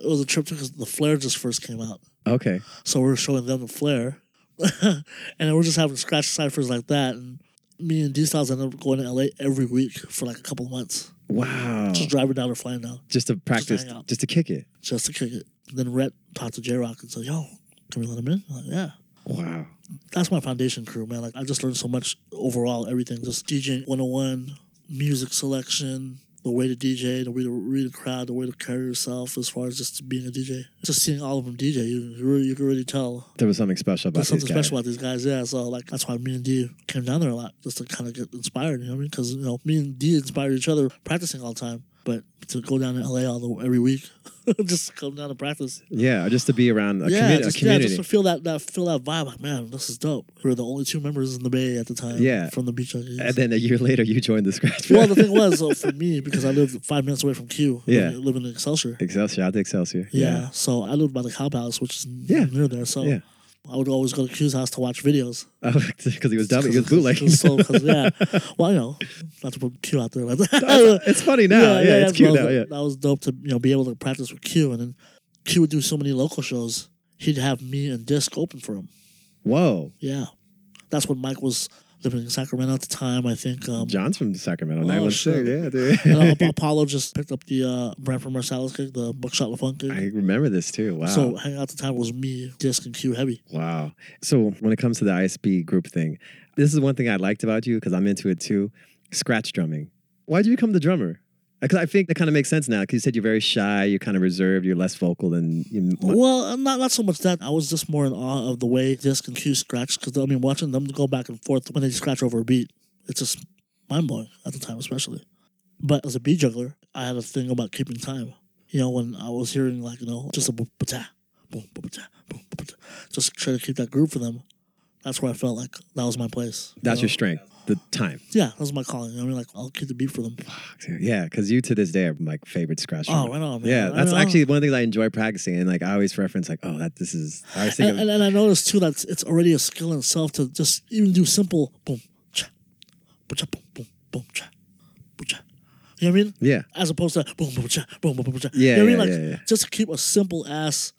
Speaker 2: It was a trip because the Flare just first came out.
Speaker 1: okay.
Speaker 2: So we're showing them the flair. <laughs> and then we're just having scratch ciphers like that. And me and D Styles ended up going to LA every week for like a couple months.
Speaker 1: Wow.
Speaker 2: Just driving down or flying down
Speaker 1: Just to practice,
Speaker 2: hang out.
Speaker 1: just to kick it.
Speaker 2: just to kick it. Then Rhett talked to J Rock and said, Yo, can we let him in? I'm like, yeah.
Speaker 1: Wow.
Speaker 2: That's my foundation crew, man. Like I just learned so much overall, everything. Just DJing 101, music selection, the way to DJ, the way to read a crowd, the way to carry yourself as far as just being a DJ. Just seeing all of them DJ, you, you, really, you can really tell
Speaker 1: There was something special about
Speaker 2: there's something
Speaker 1: these guys.
Speaker 2: special about these guys, yeah. So like that's why me and D came down there a lot, just to kind of get inspired. You know what I mean? Because you know me and D inspired each other practicing all the time, but to go down to LA all the every week, <laughs> just to come down to practice.
Speaker 1: Yeah, just to be around a,
Speaker 2: yeah,
Speaker 1: commu-
Speaker 2: just,
Speaker 1: a
Speaker 2: yeah,
Speaker 1: community.
Speaker 2: just to feel that that feel that vibe. Like man, this is dope. We were the only two members in the Bay at the time.
Speaker 1: Yeah.
Speaker 2: from the beach. Junkies.
Speaker 1: and then a year later, you joined the Scratch
Speaker 2: <laughs> well,
Speaker 1: Band.
Speaker 2: the thing was uh, for me because I lived five minutes away from Q.
Speaker 1: Yeah.
Speaker 2: living in Excelsior.
Speaker 1: <laughs> Excelsior, out to Excelsior. <laughs>
Speaker 2: Yeah. So I lived by the cow palace, which is
Speaker 1: Yeah.
Speaker 2: near there. So
Speaker 1: Yeah.
Speaker 2: I would always go to Q's house to watch videos.
Speaker 1: Because Oh, he was dubbing, he was
Speaker 2: <laughs> 'Cause- 'cause-
Speaker 1: bootlegging. <laughs>
Speaker 2: 'cause- so- 'cause, yeah. Well, you know, not to put Q out there <laughs> like that.
Speaker 1: it's funny now. Yeah,
Speaker 2: that's
Speaker 1: it's cute
Speaker 2: what I
Speaker 1: now.
Speaker 2: was-
Speaker 1: Yeah.
Speaker 2: That was dope to you know be able to practice with Q, and then Q would do so many local shows. He'd have me and Disc open for him.
Speaker 1: Whoa.
Speaker 2: Yeah, that's when Mike was living in Sacramento at the time. I think. Um,
Speaker 1: John's from Sacramento.
Speaker 2: Oh,
Speaker 1: 916.
Speaker 2: shit.
Speaker 1: Yeah, dude.
Speaker 2: <laughs>
Speaker 1: <laughs>
Speaker 2: and, uh, Ap- Apollo just picked up the uh, Branford Marsalis gig, the Buckshot LaFunk gig.
Speaker 1: I remember this too. Wow.
Speaker 2: So hanging out at the time was me, Disc, and Q Heavy.
Speaker 1: Wow. So when it comes to the ISB group thing, this is one thing I liked about you because I'm into it too. Scratch drumming. Why did you become the drummer? Because I think that kind of makes sense now. Because you said you're very shy, you're kind of reserved, you're less vocal than you.
Speaker 2: Well, uh, not not so much that. I was just more in awe of the way Disc and Q scratch because I mean, watching them go back and forth when they scratch over a beat, it's just mind blowing at the time, especially. But as a beat juggler, I had a thing about keeping time. You know, when I was hearing like you know just a boom ba ta, boom ba ta, boom ba ta, just try to keep that groove for them. That's where I felt like that was my place. you
Speaker 1: That's
Speaker 2: know?
Speaker 1: your strength, the time.
Speaker 2: yeah, that was my calling. you know what I mean, like I'll keep the beat for them.
Speaker 1: Yeah, because you to this day are my favorite scratch.
Speaker 2: Oh,
Speaker 1: drummer.
Speaker 2: right on, man.
Speaker 1: Yeah,
Speaker 2: Right
Speaker 1: that's
Speaker 2: on.
Speaker 1: actually one of the things I enjoy practicing, and like I always reference, like, oh, that this is. I always think
Speaker 2: And,
Speaker 1: of,
Speaker 2: and, uh and I noticed too that it's already a skill in itself to just even do simple boom, cha, boom, cha, boom, boom, boom, cha, boom, cha. You know what I mean?
Speaker 1: yeah,
Speaker 2: As opposed to boom, boom, cha, boom, boom, boom, cha.
Speaker 1: Yeah,
Speaker 2: you know what I mean?
Speaker 1: yeah,
Speaker 2: Like
Speaker 1: yeah, yeah.
Speaker 2: just to keep a simple ass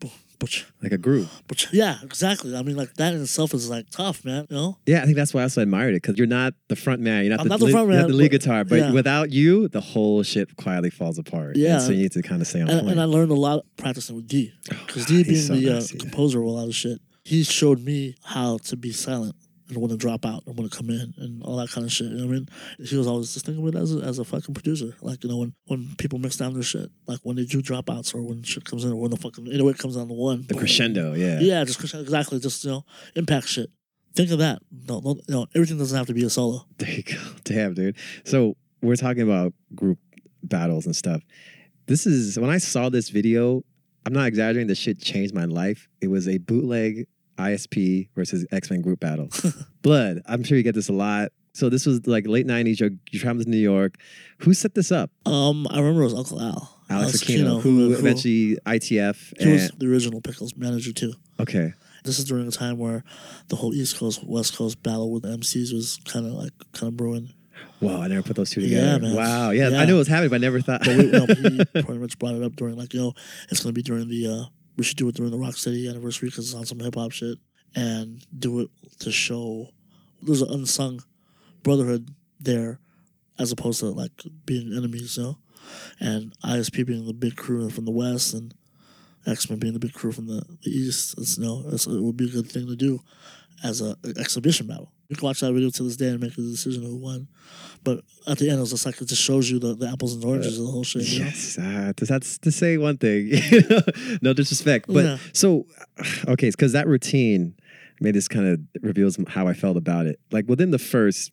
Speaker 2: boom, boom, cha,
Speaker 1: like a groove.
Speaker 2: boom, cha. Yeah, exactly. I mean, like that in itself is like tough, man. You know?
Speaker 1: Yeah, I think that's why I also admired it because you're not the front man. You're not,
Speaker 2: I'm
Speaker 1: the,
Speaker 2: not the
Speaker 1: lead-
Speaker 2: front
Speaker 1: you're
Speaker 2: man,
Speaker 1: not the lead
Speaker 2: but-
Speaker 1: guitar, but
Speaker 2: yeah.
Speaker 1: without you, the whole shit quietly falls apart.
Speaker 2: Yeah.
Speaker 1: And so you need to kind of stay on
Speaker 2: And,
Speaker 1: point.
Speaker 2: and I learned a lot practicing with D, because
Speaker 1: Oh, God,
Speaker 2: D
Speaker 1: he's
Speaker 2: being
Speaker 1: so
Speaker 2: the
Speaker 1: nice,
Speaker 2: uh,
Speaker 1: yeah.
Speaker 2: composer of a lot of shit, he showed me how to be silent and when to drop out and when to come in and all that kind of shit. You know what I mean? He was always just thinking of it as a, as a fucking producer, like you know when when people mix down their shit, like when they do dropouts or when shit comes in or when the fucking anyway it comes on the one
Speaker 1: the
Speaker 2: boom.
Speaker 1: crescendo, yeah.
Speaker 2: Yeah, just crescendo, exactly, just you know impact shit. Think of that. No, no, you know, everything doesn't have to be a solo.
Speaker 1: <laughs> There you go. Damn, dude. So we're talking about group battles and stuff. This is when I saw this video, I'm not exaggerating, this shit changed my life. It was a bootleg ISP versus X-Men group
Speaker 2: <laughs>
Speaker 1: battle. Blood. I'm sure you get this a lot. So this was like late 90s, you're, you're traveling to New York. Who set this up?
Speaker 2: Um, I remember it was Uncle Al,
Speaker 1: Alex Aquino, who eventually ITF.
Speaker 2: he was
Speaker 1: And,
Speaker 2: the original Pickles manager too.
Speaker 1: okay.
Speaker 2: This is during a time where the whole East Coast West Coast battle with MCs was kind of like kind of brewing.
Speaker 1: Wow, I never put those two
Speaker 2: Yeah,
Speaker 1: together.
Speaker 2: man.
Speaker 1: Wow. Yeah,
Speaker 2: Yeah.
Speaker 1: I knew it was happening, but I never thought.
Speaker 2: But we,
Speaker 1: <laughs>
Speaker 2: you know, he pretty much brought it up during like, yo, it's gonna be during the uh, we should do it during the Rocksteady anniversary because it's on some hip hop shit, and do it to show there's an unsung brotherhood there, as opposed to like being enemies, you know, and ISP being the big crew from the West and. X Men being the big crew from the, the East, it's, you know, it's, it would be a good thing to do as a, an exhibition battle. You can watch that video to this day and make a decision who won, but at the end, it was just like it just shows you the, the apples and oranges of the whole shit. You know?
Speaker 1: Yes, uh, that's- that's to say one thing. <laughs> you know? no disrespect, <laughs> but
Speaker 2: Yeah.
Speaker 1: so <sighs> okay, because that routine, I mean, this kind of reveals how I felt about it. Like within the first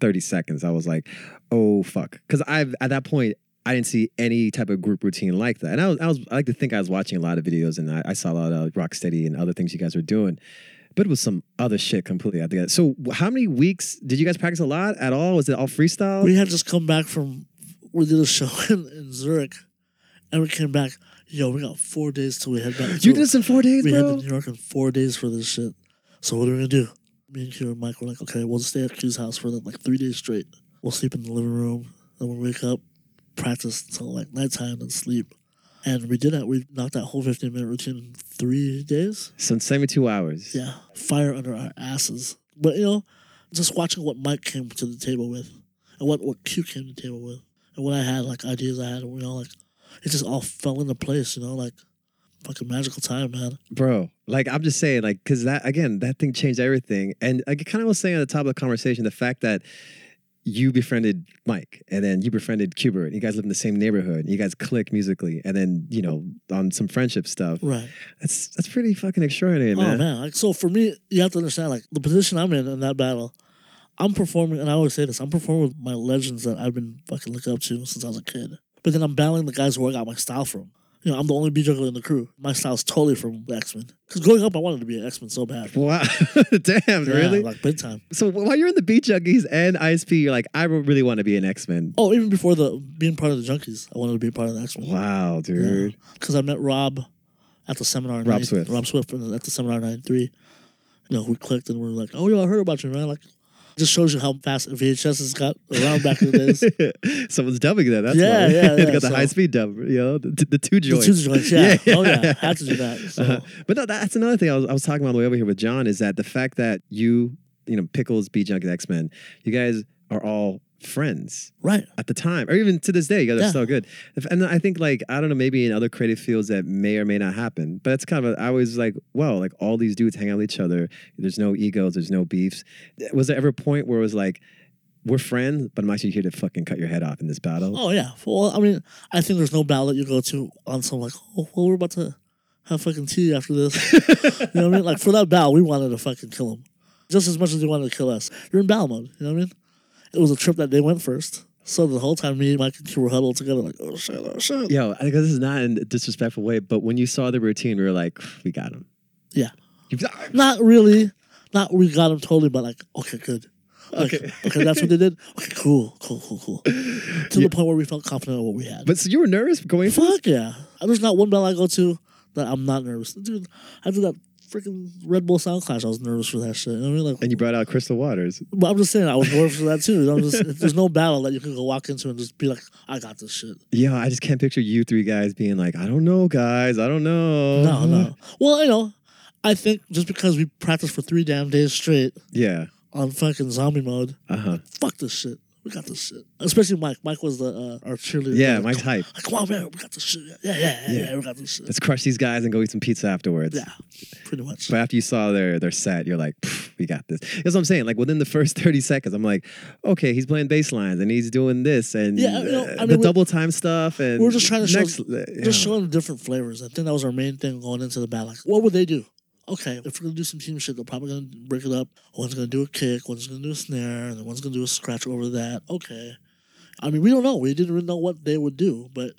Speaker 1: thirty seconds, I was like, "Oh fuck," because I've at that point. I didn't see any type of group routine like that, and I was, I was I like to think I was watching a lot of videos, and I, I saw a lot of Rocksteady and other things you guys were doing, but it was some other shit completely out together. So wh- how many weeks did you guys practice a lot at all? Was it all freestyle?
Speaker 2: We had just come back from we did a show <laughs> in, in Zurich, and we came back. Yo, we got four days till we head back.
Speaker 1: you
Speaker 2: So
Speaker 1: did this in four days,
Speaker 2: we
Speaker 1: bro.
Speaker 2: had to New York in four days for this shit. So what are we gonna do? Me and Q and Mike were like, okay, we'll stay at Q's house for like three days straight. We'll sleep in the living room, then we'll wake up, practice until like nighttime, and sleep. And we did that. We knocked that whole 15 minute routine in three days.
Speaker 1: Some seventy-two hours.
Speaker 2: Yeah, fire under our asses. But you know, just watching what Mike came to the table with, and what what Q came to the table with, and what I had like ideas I had, you know, like it just all fell into place. You know, like fucking magical time, man.
Speaker 1: bro like i'm just saying like because that again that thing changed everything and i kind of was saying at the top of the conversation the fact that you befriended mike and then you befriended cuber and you guys live in the same neighborhood and you guys click musically and then you know on some friendship stuff
Speaker 2: Right.
Speaker 1: that's that's pretty fucking extraordinary
Speaker 2: Oh
Speaker 1: man,
Speaker 2: man! Like, so for me, you have to understand like the position I'm in in that battle. I'm performing, and I always say this: I'm performing with my legends that I've been fucking looking up to since I was a kid. But then I'm battling the guys who I got my style from. You know, I'm the only beat juggler in the crew. My style's totally from X Men. Because growing up, I wanted to be an X Men so bad.
Speaker 1: wow <laughs> damn
Speaker 2: Yeah,
Speaker 1: really
Speaker 2: like big time.
Speaker 1: so while you're in the beat junkies and isp you're like i really want to be an x-men
Speaker 2: Oh, even before the being part of the Junkies, I wanted to be part of the X Men.
Speaker 1: wow dude
Speaker 2: because I met Rob at the seminar. in
Speaker 1: Rob
Speaker 2: 90
Speaker 1: Swift.
Speaker 2: Rob Swift and at the seminar in '93. You know, we clicked and we are like, "Oh, yo, I heard about you, man!" Like, just shows you how fast VHSs got around back in the
Speaker 1: <laughs>
Speaker 2: days.
Speaker 1: someone's dubbing that that's
Speaker 2: Yeah,
Speaker 1: why. <laughs>
Speaker 2: yeah,
Speaker 1: They
Speaker 2: yeah,
Speaker 1: got the
Speaker 2: so-
Speaker 1: high-speed dub you know the, the two
Speaker 2: The
Speaker 1: joints
Speaker 2: two joints, yeah.
Speaker 1: <laughs> Yeah,
Speaker 2: Oh
Speaker 1: yeah.
Speaker 2: yeah, had to do that. So
Speaker 1: Uh-huh. But no, that's another thing I was, I was talking about on the way over here with John is that the fact that you, you know, Pickles, B Junk, X Men, you guys are all friends
Speaker 2: right,
Speaker 1: at the time, or even to this day, you guys
Speaker 2: Yeah.
Speaker 1: are so good. If- And I think, like, I don't know, maybe in other creative fields that may or may not happen, but it's kind of, a, I was like, wow, like all these dudes hang out with each other. There's no egos, there's no beefs. Was there ever a point where it was like, we're friends, but I'm actually here to fucking cut your head off in this battle?
Speaker 2: oh yeah. Well, I mean, I think there's no ballot you go to on some like, oh, well, we're about to have fucking tea after
Speaker 1: <laughs>
Speaker 2: this. you know what I mean? Like for that battle, we wanted to fucking kill him, just as much as they wanted to kill us. You're in battle mode. You know what I mean? It was a trip that they went first. So the whole time, me and Mike and Q were huddled together, like, oh shit, oh shit.
Speaker 1: Yo, I guess this is not in a disrespectful way, but when you saw the routine, we were like, we got him.
Speaker 2: Yeah.
Speaker 1: You- <laughs>
Speaker 2: Not really. Not we got him totally, but like, okay, good. Like,
Speaker 1: Okay.
Speaker 2: okay. that's what they
Speaker 1: <laughs>
Speaker 2: did. Okay, cool, cool, cool, cool. To the point where we felt confident in what we had.
Speaker 1: But so you were nervous going for
Speaker 2: Fuck yeah. There's not one battle I go to that I'm not nervous. Dude, I did that freaking Red Bull Sound Clash. I was nervous for that shit. You know what I mean? Like,
Speaker 1: And you brought out Crystal Waters.
Speaker 2: but I'm just saying,
Speaker 1: <laughs>
Speaker 2: I was nervous for that too. You know, I'm just, there's no battle that you can go walk into and just be like, I got this shit.
Speaker 1: Yeah, I just can't picture you three guys being like, I don't know, guys, I don't know.
Speaker 2: No, no. Well, you know, I think just because we practiced for three damn days straight
Speaker 1: Yeah.
Speaker 2: on fucking zombie mode,
Speaker 1: Uh huh.
Speaker 2: fuck this shit. We got this shit. Especially Mike. Mike was the uh, our cheerleader.
Speaker 1: Yeah,
Speaker 2: Like,
Speaker 1: Mike's hype.
Speaker 2: Like, come on, man. We got this shit. Yeah, yeah, yeah, yeah.
Speaker 1: Yeah.
Speaker 2: yeah we got this shit.
Speaker 1: Let's crush these guys and go eat some pizza afterwards.
Speaker 2: Yeah, pretty much.
Speaker 1: But after you saw their their set, you're like, "Pff, we got this. That's what I'm saying. Like within the first <laughs> 30 seconds, I'm like, okay, he's playing bass lines and he's doing this and
Speaker 2: Yeah, you know, I
Speaker 1: uh, the
Speaker 2: mean, we-
Speaker 1: double time stuff and
Speaker 2: we're just trying to show-
Speaker 1: next, uh, you know.
Speaker 2: Just showing different flavors. I think that was our main thing going into the battle. Like, what would they do? Okay, if we're gonna do some team shit, they're probably gonna break it up. One's gonna do a kick, one's gonna do a snare, and then one's gonna do a scratch over that. Okay. I mean, we don't know. We didn't really know what they would do, but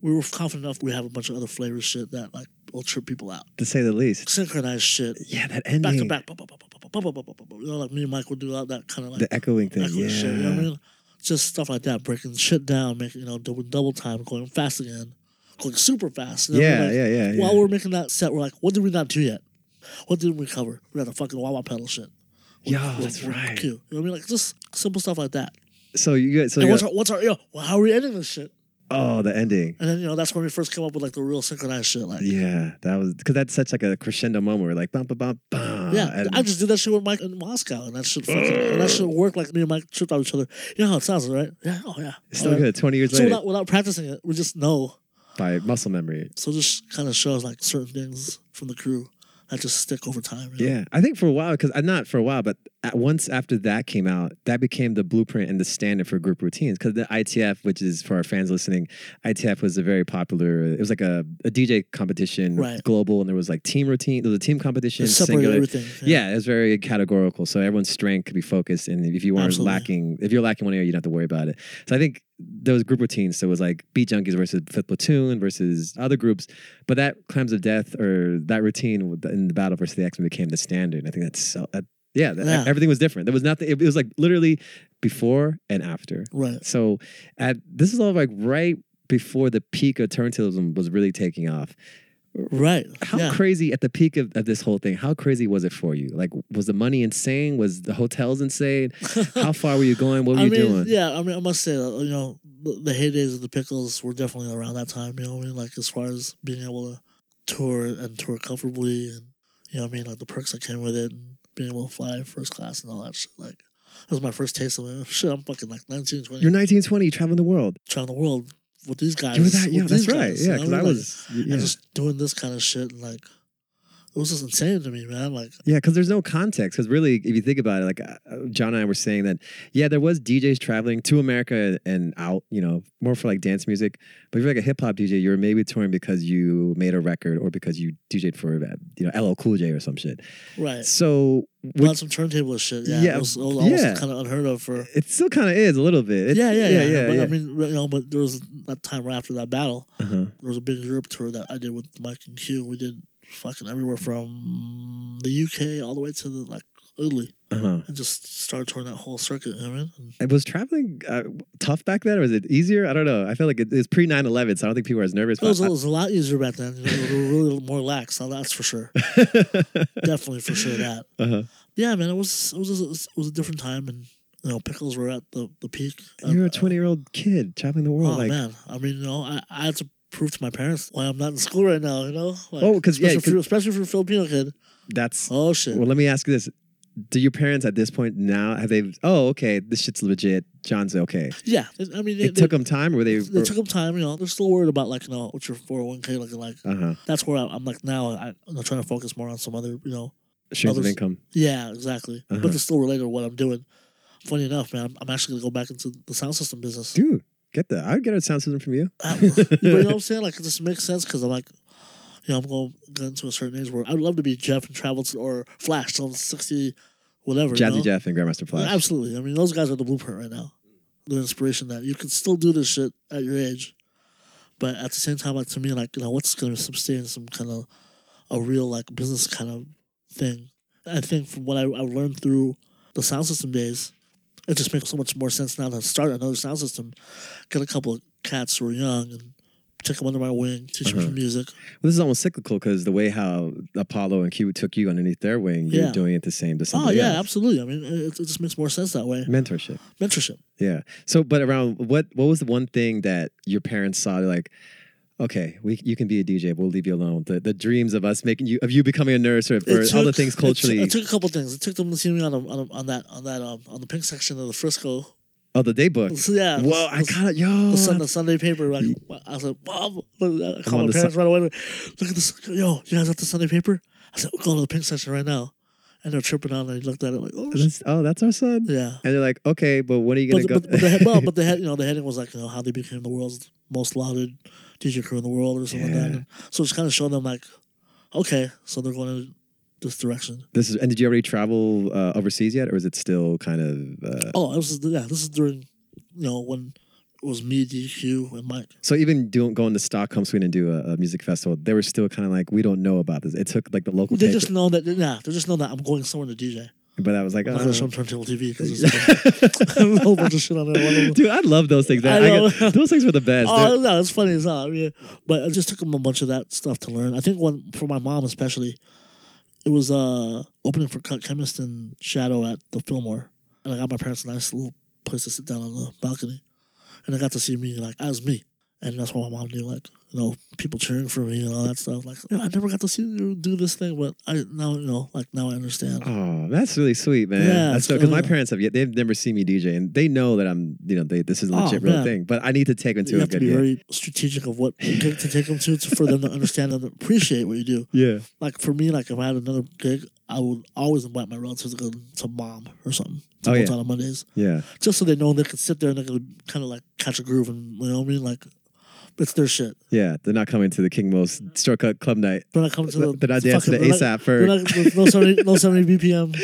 Speaker 2: we were confident enough we have a bunch of other flavor shit that like will trip people out.
Speaker 1: to say the least.
Speaker 2: Synchronized shit.
Speaker 1: Yeah, that
Speaker 2: back to
Speaker 1: ending.
Speaker 2: back, bu- bu- bu- bu- bu- bu- bu- bu- bu- bu- bu- you know, like me and Mike would do all that kind of like
Speaker 1: The echoing thing.
Speaker 2: echoing
Speaker 1: Yeah.
Speaker 2: shit. You know what I mean? Just stuff like that, breaking shit down, making you know double double time, going fast again, going super fast. you know what I
Speaker 1: yeah,
Speaker 2: mean? Like,
Speaker 1: yeah, yeah, yeah.
Speaker 2: While we're making that set, we're like, what did we not do yet? What didn't we cover? We got the fucking Wawa pedal shit.
Speaker 1: Yeah,
Speaker 2: With-
Speaker 1: Oh, that's
Speaker 2: with
Speaker 1: right.
Speaker 2: Q. You know what I mean? Like just simple stuff like that.
Speaker 1: So you guys, so
Speaker 2: and
Speaker 1: you
Speaker 2: what's
Speaker 1: got-
Speaker 2: our, what's our yo? Well, how are we ending this shit?
Speaker 1: oh, the ending.
Speaker 2: And then you know that's when we first came up with like the real synchronized shit. Like
Speaker 1: Yeah, that was because that's such like a crescendo moment where like bum bum bum bum.
Speaker 2: Yeah,
Speaker 1: Uh, and-
Speaker 2: I just did that shit with Mike in Moscow, and that shit fucking, and that shit worked like me and Mike tripped on each other. You know how it sounds, right? Yeah, oh yeah,
Speaker 1: it's still
Speaker 2: Oh, yeah.
Speaker 1: good. Twenty years
Speaker 2: So
Speaker 1: later,
Speaker 2: without, without practicing it, we just know.
Speaker 1: by muscle memory.
Speaker 2: So it just kind of shows like certain things from the crew that just stick over time. you know?
Speaker 1: Yeah, I think for a while because I'm uh, not for a while, but at once after that came out, that became the blueprint and the standard for group routines. Because the ITF, which is for our fans listening, ITF was a very popular. It was like a, a DJ competition,
Speaker 2: Right.
Speaker 1: global, and there was like team routine. There was a team competition,
Speaker 2: It separated
Speaker 1: singular.
Speaker 2: everything.
Speaker 1: Yeah, it's very categorical. So everyone's strength could be focused, and if you weren't
Speaker 2: Absolutely.
Speaker 1: lacking, if you're lacking one area, you don't have to worry about it. So I think those group routines. So it was like Beat Junkies versus Fifth Platoon versus other groups. But that Clams of Death or that routine with- in the Battle versus the X Men became the standard. I think that's so. That, yeah, that,
Speaker 2: Yeah.
Speaker 1: everything was different. There was nothing. It, it was like literally before and after.
Speaker 2: Right.
Speaker 1: So at this is all like right before the peak of turntablism was really taking off
Speaker 2: Right.
Speaker 1: how
Speaker 2: yeah.
Speaker 1: crazy at the peak of, of this whole thing how crazy was it for you like was the money insane was the hotels
Speaker 2: <laughs>
Speaker 1: insane how far were you going what were
Speaker 2: I
Speaker 1: you
Speaker 2: mean,
Speaker 1: doing
Speaker 2: yeah, I mean, I must say, that, you know, the, the heydays of the Pickles were definitely around that time, you know what I mean? Like, as far as being able to tour and tour comfortably, and, you know what I mean? Like, the perks that came with it, and being able to fly first class and all that shit. Like, that was my first taste of <laughs> it. Shit, I'm fucking like 19, 20,
Speaker 1: you're 19 20 traveling the world
Speaker 2: traveling the world with these guys.
Speaker 1: you were that
Speaker 2: with
Speaker 1: young that's
Speaker 2: these
Speaker 1: right
Speaker 2: guys,
Speaker 1: yeah
Speaker 2: you
Speaker 1: because
Speaker 2: know what
Speaker 1: i
Speaker 2: mean? Like,
Speaker 1: was yeah
Speaker 2: And just doing this kind of shit, and like, it was just insane to me, man. Like,
Speaker 1: Yeah, because there's no context. Because really, if you think about it, like uh, uh, John and I were saying that, yeah, there was DJs traveling to America and out, you know, more for like dance music. But if you're like a hip hop DJ, you're maybe touring because you made a record or because you DJed for, uh, you know, LL Cool J or some shit.
Speaker 2: right.
Speaker 1: So
Speaker 2: Well,
Speaker 1: would-
Speaker 2: on some turntable shit, yeah.
Speaker 1: Yeah,
Speaker 2: it was, it was almost
Speaker 1: yeah.
Speaker 2: kind of unheard of for
Speaker 1: it still kind of is a little bit. It-
Speaker 2: yeah, yeah, yeah,
Speaker 1: yeah,
Speaker 2: But
Speaker 1: yeah.
Speaker 2: I mean, you know, but there was that time right after that battle,
Speaker 1: Uh-huh.
Speaker 2: there was a big Europe tour that I did with Mike and Q. We did fucking everywhere from the UK all the way to the like Italy,
Speaker 1: Uh-huh.
Speaker 2: and just started touring that whole circuit. you know what I mean, And
Speaker 1: And was traveling uh, tough back then, or was it easier? I don't know. I feel like it, it's pre 9 11, so I don't think people were as nervous.
Speaker 2: it was,
Speaker 1: but
Speaker 2: it was a lot easier back then. You know, we were really more lax. Now that's for sure, definitely for sure that.
Speaker 1: <laughs> Uh-huh.
Speaker 2: Yeah, man, it was it was it was a different time, and you know, pickles were at the the peak.
Speaker 1: You were a
Speaker 2: Um,
Speaker 1: 20 year old kid traveling the
Speaker 2: Oh
Speaker 1: world. like,
Speaker 2: man, I mean, you know, I, I had to prove to my parents why I'm not in school right now. You know, like,
Speaker 1: Oh, 'cause, yeah,
Speaker 2: especially,
Speaker 1: 'cause-
Speaker 2: for- especially for a Filipino kid.
Speaker 1: that's.
Speaker 2: Oh shit.
Speaker 1: Well, let me ask you this. Do your parents at this point now have they? Oh, okay, this shit's legit. John's okay.
Speaker 2: yeah, I mean, they,
Speaker 1: It took them time, or were they?
Speaker 2: they, they took up time. You know, they're still worried about like you know what's your 401k looking like.
Speaker 1: uh huh.
Speaker 2: That's where I'm, I'm like now. I, I'm trying to focus more on some other. You know,
Speaker 1: Streams of
Speaker 2: Others-
Speaker 1: income.
Speaker 2: yeah, exactly.
Speaker 1: Uh-huh.
Speaker 2: But it's still related to what I'm doing. Funny enough, man, I'm, I'm actually gonna go back into the sound system business.
Speaker 1: Dude, get that. I would get a sound system from you.
Speaker 2: I- but <laughs>
Speaker 1: <laughs>
Speaker 2: you know what I'm saying? Like, it just makes sense because I'm like, you know, I'm going getting to a certain age where I'd love to be Jeff and travel to, or Flash till I'm 60, whatever. you
Speaker 1: Jazzy
Speaker 2: know?
Speaker 1: Jeff and Grandmaster Flash.
Speaker 2: Absolutely. I mean, those guys are the blueprint right now. The inspiration that you can still do this shit at your age. But at the same time, like, to me, like, you know, what's going to sustain some kind of a real, like, business kind of thing? I think from what I, I learned through the sound system days, it just makes so much more sense now to start another sound system, get a couple of cats who are young and take them under my wing, teach them
Speaker 1: Uh-huh.
Speaker 2: some music.
Speaker 1: Well, this is almost cyclical because the way how Apollo and Q took you underneath their wing, you're
Speaker 2: Yeah.
Speaker 1: doing it the same to
Speaker 2: Oh,
Speaker 1: somebody
Speaker 2: yeah,
Speaker 1: else.
Speaker 2: absolutely. I mean, it, it just makes more sense that way.
Speaker 1: Mentorship.
Speaker 2: Mentorship.
Speaker 1: Yeah. So, but around what what was the one thing that your parents saw? They're like, okay, we you can be a DJ. We'll leave you alone. The the dreams of us making you of you becoming a nurse or,
Speaker 2: It
Speaker 1: or all the things
Speaker 2: it took-
Speaker 1: culturally.
Speaker 2: It, took a couple things. It took them to see me on a, on, a, on that on that um, on the pink section of the Frisco.
Speaker 1: oh, the day book.
Speaker 2: So, yeah.
Speaker 1: Whoa, I
Speaker 2: the,
Speaker 1: got it, yo.
Speaker 2: the, Sun- the Sunday paper. Like, I was like, Mom, I
Speaker 1: on
Speaker 2: called
Speaker 1: the
Speaker 2: my parents
Speaker 1: Sun-
Speaker 2: right away. Like, Look at this. Yo, you guys have the Sunday paper? I said, we're going to the pink section right now. And they're tripping on. it. I looked at it like, oh,
Speaker 1: That's-
Speaker 2: shit.
Speaker 1: oh, that's our son.
Speaker 2: yeah.
Speaker 1: And they're like, okay, but when are you gonna
Speaker 2: But,
Speaker 1: go?
Speaker 2: but, but the head, well, but the head, you know, the heading was like, you know, how they became the world's most lauded DJ crew in the world, or something like
Speaker 1: Yeah.
Speaker 2: that. So it's kind of showing them like, okay, so they're going in this direction.
Speaker 1: <laughs> this is. And did you already travel uh, overseas yet, or is it still kind of? Uh,
Speaker 2: Oh, this is yeah. This is during, you know, when it was me, DQ, and Mike.
Speaker 1: So even doing going to Stockholm, Sweden, and do a, a music festival, they were still kind of like, we don't know about this. It took like the local
Speaker 2: They
Speaker 1: paper,
Speaker 2: just know that. Nah, they just know that I'm going somewhere to DJ.
Speaker 1: but I was like,
Speaker 2: I'm
Speaker 1: oh.
Speaker 2: not
Speaker 1: <laughs>
Speaker 2: gonna show them turntable TV because there's <laughs> a whole bunch of shit on there. One of them-
Speaker 1: dude, I love those things.
Speaker 2: I
Speaker 1: I get-
Speaker 2: know.
Speaker 1: those things were the best.
Speaker 2: Oh no, it's funny as hell. I mean, but it just took them a bunch of that stuff to learn. I think one for my mom especially, it was uh opening for Cut Chemist and Shadow at the Fillmore, and I got my parents a nice little place to sit down on the balcony, and I got to see me like as me, and that's what my mom knew like you know people cheering for me and all that stuff. Like "Yeah, I never got to see you do this thing, but I now you know like now I understand.
Speaker 1: Oh, that's really sweet, man.
Speaker 2: Yeah,
Speaker 1: that's so because my
Speaker 2: absolutely.
Speaker 1: parents have yet they've never seen me DJ, and they know that I'm you know they, this is a
Speaker 2: Oh,
Speaker 1: legit real
Speaker 2: man.
Speaker 1: thing. But I need to take them
Speaker 2: you
Speaker 1: to a
Speaker 2: have to
Speaker 1: good
Speaker 2: be
Speaker 1: gig.
Speaker 2: very strategic of what gig to take them to, to for them to understand and appreciate what you do.
Speaker 1: yeah,
Speaker 2: like for me, like if I had another gig, I would always invite my relatives to go to mom or something to
Speaker 1: Oh,
Speaker 2: go
Speaker 1: yeah.
Speaker 2: out on Mondays,
Speaker 1: Yeah.
Speaker 2: just so they know they could sit there and they could kind of like catch a groove and you know what I mean. Like it's their shit.
Speaker 1: Yeah. They're not coming to the King Mo's Shortcut Club night.
Speaker 2: They're not coming to the.
Speaker 1: They're not dancing to
Speaker 2: fucking- they're
Speaker 1: ASAP
Speaker 2: Not, they're
Speaker 1: for.
Speaker 2: not, no seventy,
Speaker 1: <laughs>
Speaker 2: no seventy BPM.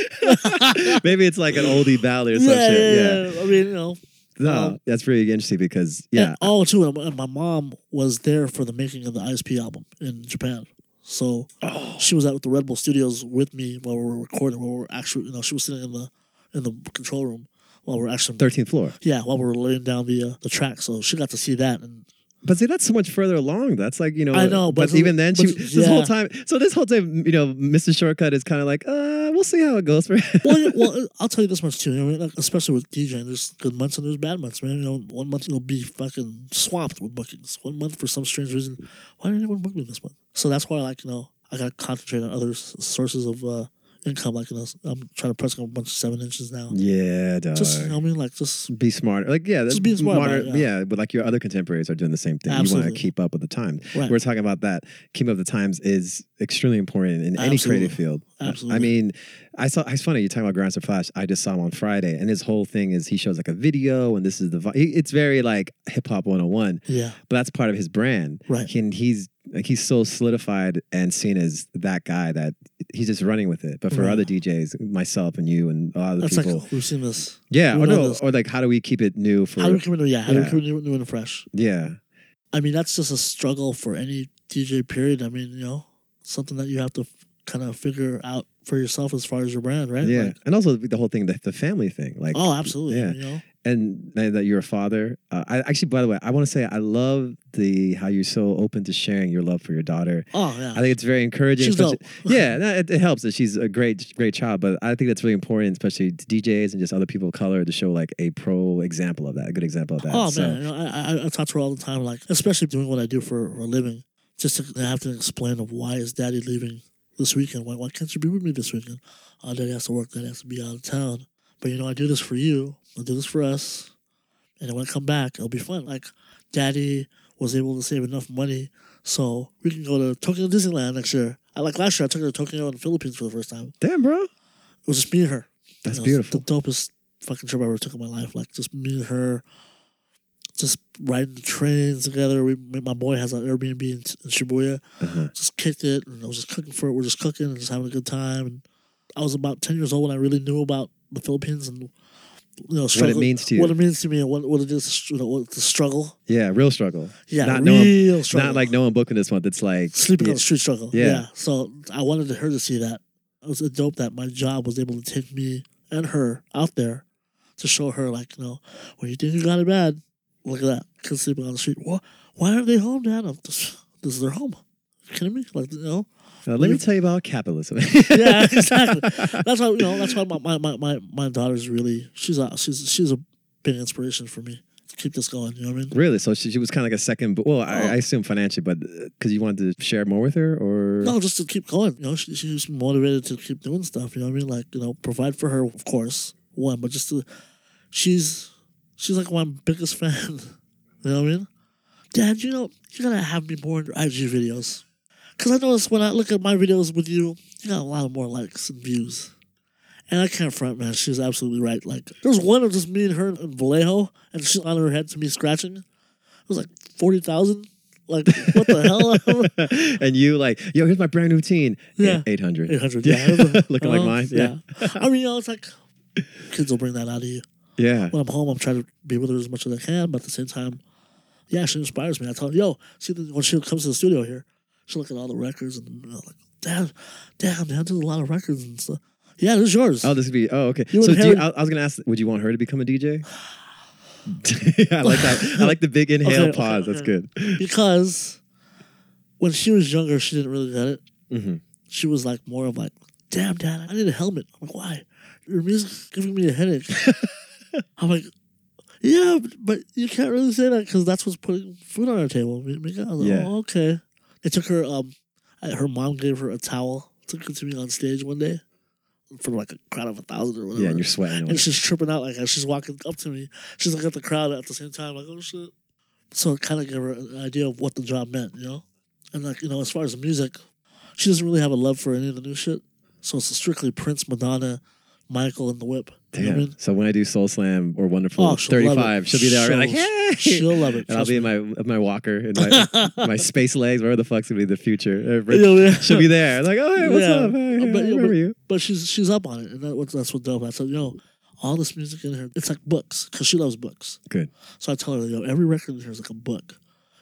Speaker 1: Maybe it's like an oldie ballad or some
Speaker 2: yeah,
Speaker 1: shit. Yeah.
Speaker 2: yeah, yeah. I mean, you know,
Speaker 1: No,
Speaker 2: Um,
Speaker 1: that's pretty interesting because yeah,
Speaker 2: And, oh, too. And and my mom was there for the making of the ISP album in Japan. So
Speaker 1: Oh,
Speaker 2: she was out with the Red Bull Studios with me while we were recording. While we were actually, you know, she was sitting in the in the control room while we were actually.
Speaker 1: thirteenth floor.
Speaker 2: Yeah, while we were laying down the uh, the track, so she got to see that, and
Speaker 1: But see, that's so much further along. That's like you know.
Speaker 2: I know, but-
Speaker 1: even then, she,
Speaker 2: but-
Speaker 1: this whole
Speaker 2: yeah.
Speaker 1: time. So this whole time, you know, Mr. Shortcut is kind of like, uh, we'll see how it goes for.
Speaker 2: well, yeah, well, <laughs> I'll tell you this much too. You know, what I mean? like, especially with DJing, there's good months and there's bad months, man. You know, one month you'll be fucking swamped with bookings. One month for some strange reason, why did anyone book me this month? So that's why, like, you know, I gotta concentrate on other s- sources of uh, income. Like, you know, I'm trying to press a bunch of seven inches now.
Speaker 1: <laughs> yeah, dog.
Speaker 2: Just, you know, what I mean, like, just
Speaker 1: be smart. Like yeah, that's
Speaker 2: Just be smart about
Speaker 1: Modern,
Speaker 2: it,
Speaker 1: yeah. but like your other contemporaries are doing the same thing. You want
Speaker 2: Absolutely.
Speaker 1: to keep up with the times.
Speaker 2: right.
Speaker 1: <laughs> We're talking about that. Keeping up with the times is extremely important in any
Speaker 2: Absolutely.
Speaker 1: creative field.
Speaker 2: Absolutely.
Speaker 1: I mean, I saw. It's funny you're talking about Grandmaster Flash. I just saw him on Friday, and his whole thing is he shows like a video, and this is the. vi- he- It's very like hip hop 101.
Speaker 2: yeah,
Speaker 1: but that's part of his brand.
Speaker 2: Right.
Speaker 1: And he's like he's so solidified and seen as that guy that he's just running with it. But for
Speaker 2: Right.
Speaker 1: other DJs, myself and you and a lot of the
Speaker 2: that's
Speaker 1: people,
Speaker 2: like we've seen this.
Speaker 1: yeah,
Speaker 2: we
Speaker 1: or
Speaker 2: know
Speaker 1: no,
Speaker 2: this.
Speaker 1: or like how do we keep it new for
Speaker 2: How do we come in? Yeah, how do we
Speaker 1: Yeah.
Speaker 2: come in new and fresh?
Speaker 1: yeah,
Speaker 2: I mean, that's just a struggle for any DJ period. I mean, you know, something that you have to kind of figure out for yourself as far as your brand, right?
Speaker 1: yeah,
Speaker 2: Like,
Speaker 1: and also the whole thing, the, the family thing, like
Speaker 2: oh, absolutely.
Speaker 1: yeah.
Speaker 2: You know,
Speaker 1: and and that you're a father. Uh, I actually, by the way, I want to say I love the how you're so open to sharing your love for your daughter.
Speaker 2: oh
Speaker 1: I
Speaker 2: yeah.
Speaker 1: think it's very encouraging.
Speaker 2: She's
Speaker 1: especially-
Speaker 2: dope. <laughs>
Speaker 1: yeah, no, it, it helps that she's a great, great child. But I think that's really important, especially to DJs and just other people of color, to show like a pro example of that, a good example of that.
Speaker 2: Oh
Speaker 1: So,
Speaker 2: man, you know, I, I I talk to her all the time, like especially doing what I do for a living, just to have to explain of why is Daddy leaving this weekend? Why why can't you be with me this weekend? Oh, Daddy has to work. Daddy has to be out of town. But you know, I do this for you. I do this for us. And then when I come back, it'll be fun. Like Daddy was able to save enough money so we can go to Tokyo Disneyland next year. I like last year I took her to Tokyo and the Philippines for the first time.
Speaker 1: damn, bro,
Speaker 2: It was just me and her.
Speaker 1: that's
Speaker 2: That was
Speaker 1: beautiful.
Speaker 2: The dopest fucking trip I ever took in my life. Like just me and her, just riding the trains together. We, me- my boy has an Airbnb in, in Shibuya.
Speaker 1: Uh-huh.
Speaker 2: Just kicked it, and I was just cooking for it. We're just cooking and just having a good time. And I was about ten years old when I really knew about the Philippines and you know
Speaker 1: What
Speaker 2: struggle,
Speaker 1: it means to you?
Speaker 2: what it means to me, and what, what it is, you know, what the struggle.
Speaker 1: yeah, real struggle.
Speaker 2: Yeah,
Speaker 1: Not
Speaker 2: real
Speaker 1: knowing-
Speaker 2: struggle.
Speaker 1: Not like no one booking this month. It's like
Speaker 2: sleeping
Speaker 1: yeah,
Speaker 2: on the street struggle.
Speaker 1: Yeah.
Speaker 2: Yeah. So I wanted her to see that. It was dope that my job was able to take me and her out there to show her, like, you know, when you think you got it bad, look at that. Kids sleeping on the street. What? Why aren't they home, Dad? I'm just, this is their home. You kidding me? Like, you know?
Speaker 1: uh, let me tell you about capitalism.
Speaker 2: <laughs> Yeah, exactly.
Speaker 1: <laughs>
Speaker 2: That's why, you know, that's why my, my, my, my, my daughter's really, she's a, she's, she's a big inspiration for me to keep this going. You know what I mean?
Speaker 1: Really? So she, she was kind of like a second. But, well, I,
Speaker 2: Oh.
Speaker 1: I assume financially, but because you wanted to share more with her, or
Speaker 2: No, just to keep going. You know, she, she was motivated to keep doing stuff. You know what I mean? Like, you know, provide for her, of course, one, but just to, she's, she's like my biggest <laughs> fan. you know what I mean? Dad, you know, you gotta have me more in your IG videos. Cause I notice when I look at my videos with you, you got a lot more likes and views. And I can't front, man. She's absolutely right. Like, there was one of just me and her in Vallejo, and she's on her head to me scratching. It was like 40,000. Like, what the hell? <laughs>
Speaker 1: and you like, yo, here's my brand new teen.
Speaker 2: Yeah.
Speaker 1: eight hundred.
Speaker 2: Eight
Speaker 1: <laughs>
Speaker 2: hundred.
Speaker 1: Yeah.
Speaker 2: Yeah,
Speaker 1: Looking like
Speaker 2: Uh,
Speaker 1: mine, yeah.
Speaker 2: I mean, you know, it's like kids will bring that out of you.
Speaker 1: Yeah.
Speaker 2: When I'm home, I'm trying to be with her as much as I can, but at the same time, yeah, she inspires me. I tell her, yo, see, the- when she comes to the studio here, she will look at all the records and you know, like, damn, damn, man, there's a lot of records and stuff. Yeah, there's yours.
Speaker 1: Oh, this would be. Oh, okay.
Speaker 2: You
Speaker 1: so, do you,
Speaker 2: inherit-
Speaker 1: I, I was gonna ask, would you want her to become a
Speaker 2: <sighs>
Speaker 1: DJ? <laughs> I like that. I like the big inhale
Speaker 2: <laughs> Okay, okay,
Speaker 1: pause. That's
Speaker 2: okay.
Speaker 1: good.
Speaker 2: because when she was younger, she didn't really get it.
Speaker 1: Mhm.
Speaker 2: She was like more of like, damn, dad, I need a helmet. I'm like, why? Your music's giving me a headache.
Speaker 1: <laughs>
Speaker 2: I'm like, yeah, but- but you can't really say that because that's what's putting food on our table. Me- me- I was like,
Speaker 1: Yeah.
Speaker 2: oh, okay. It took her, um, I- her mom gave her a towel, took it to me on stage one day for like a crowd of a thousand or whatever.
Speaker 1: Yeah, and you're sweating.
Speaker 2: And she's tripping out like as she's walking up to me. She's looking at the crowd at the same time, like, oh shit. So it kind of gave her an idea of what the job meant, you know? And like, you know, as far as the music, she doesn't really have a love for any of the new shit. So it's strictly Prince, Madonna, Michael, and the Whip. You know what I
Speaker 1: <laughs> Damn.
Speaker 2: mean?
Speaker 1: So when I do Soul Slam or Wonderful
Speaker 2: Oh, she'll love
Speaker 1: 35,
Speaker 2: it.
Speaker 1: she'll be there already like, hey!
Speaker 2: She'll love it.
Speaker 1: <laughs> and I'll
Speaker 2: trust
Speaker 1: be in
Speaker 2: me.
Speaker 1: my in my walker and
Speaker 2: <laughs>
Speaker 1: my, my space legs, whatever the fuck's gonna be the future. Uh,
Speaker 2: Yeah, yeah.
Speaker 1: She'll be there. Like, oh, hey, what's
Speaker 2: Yeah.
Speaker 1: up? Hey,
Speaker 2: I
Speaker 1: hey,
Speaker 2: bet
Speaker 1: I
Speaker 2: you-
Speaker 1: remember you.
Speaker 2: But she's she's up on it, and that, what- that's what dope. I said, yo, all this music in here, it's like books, because she loves books.
Speaker 1: Good.
Speaker 2: So I tell her, yo, every record in here is like a book.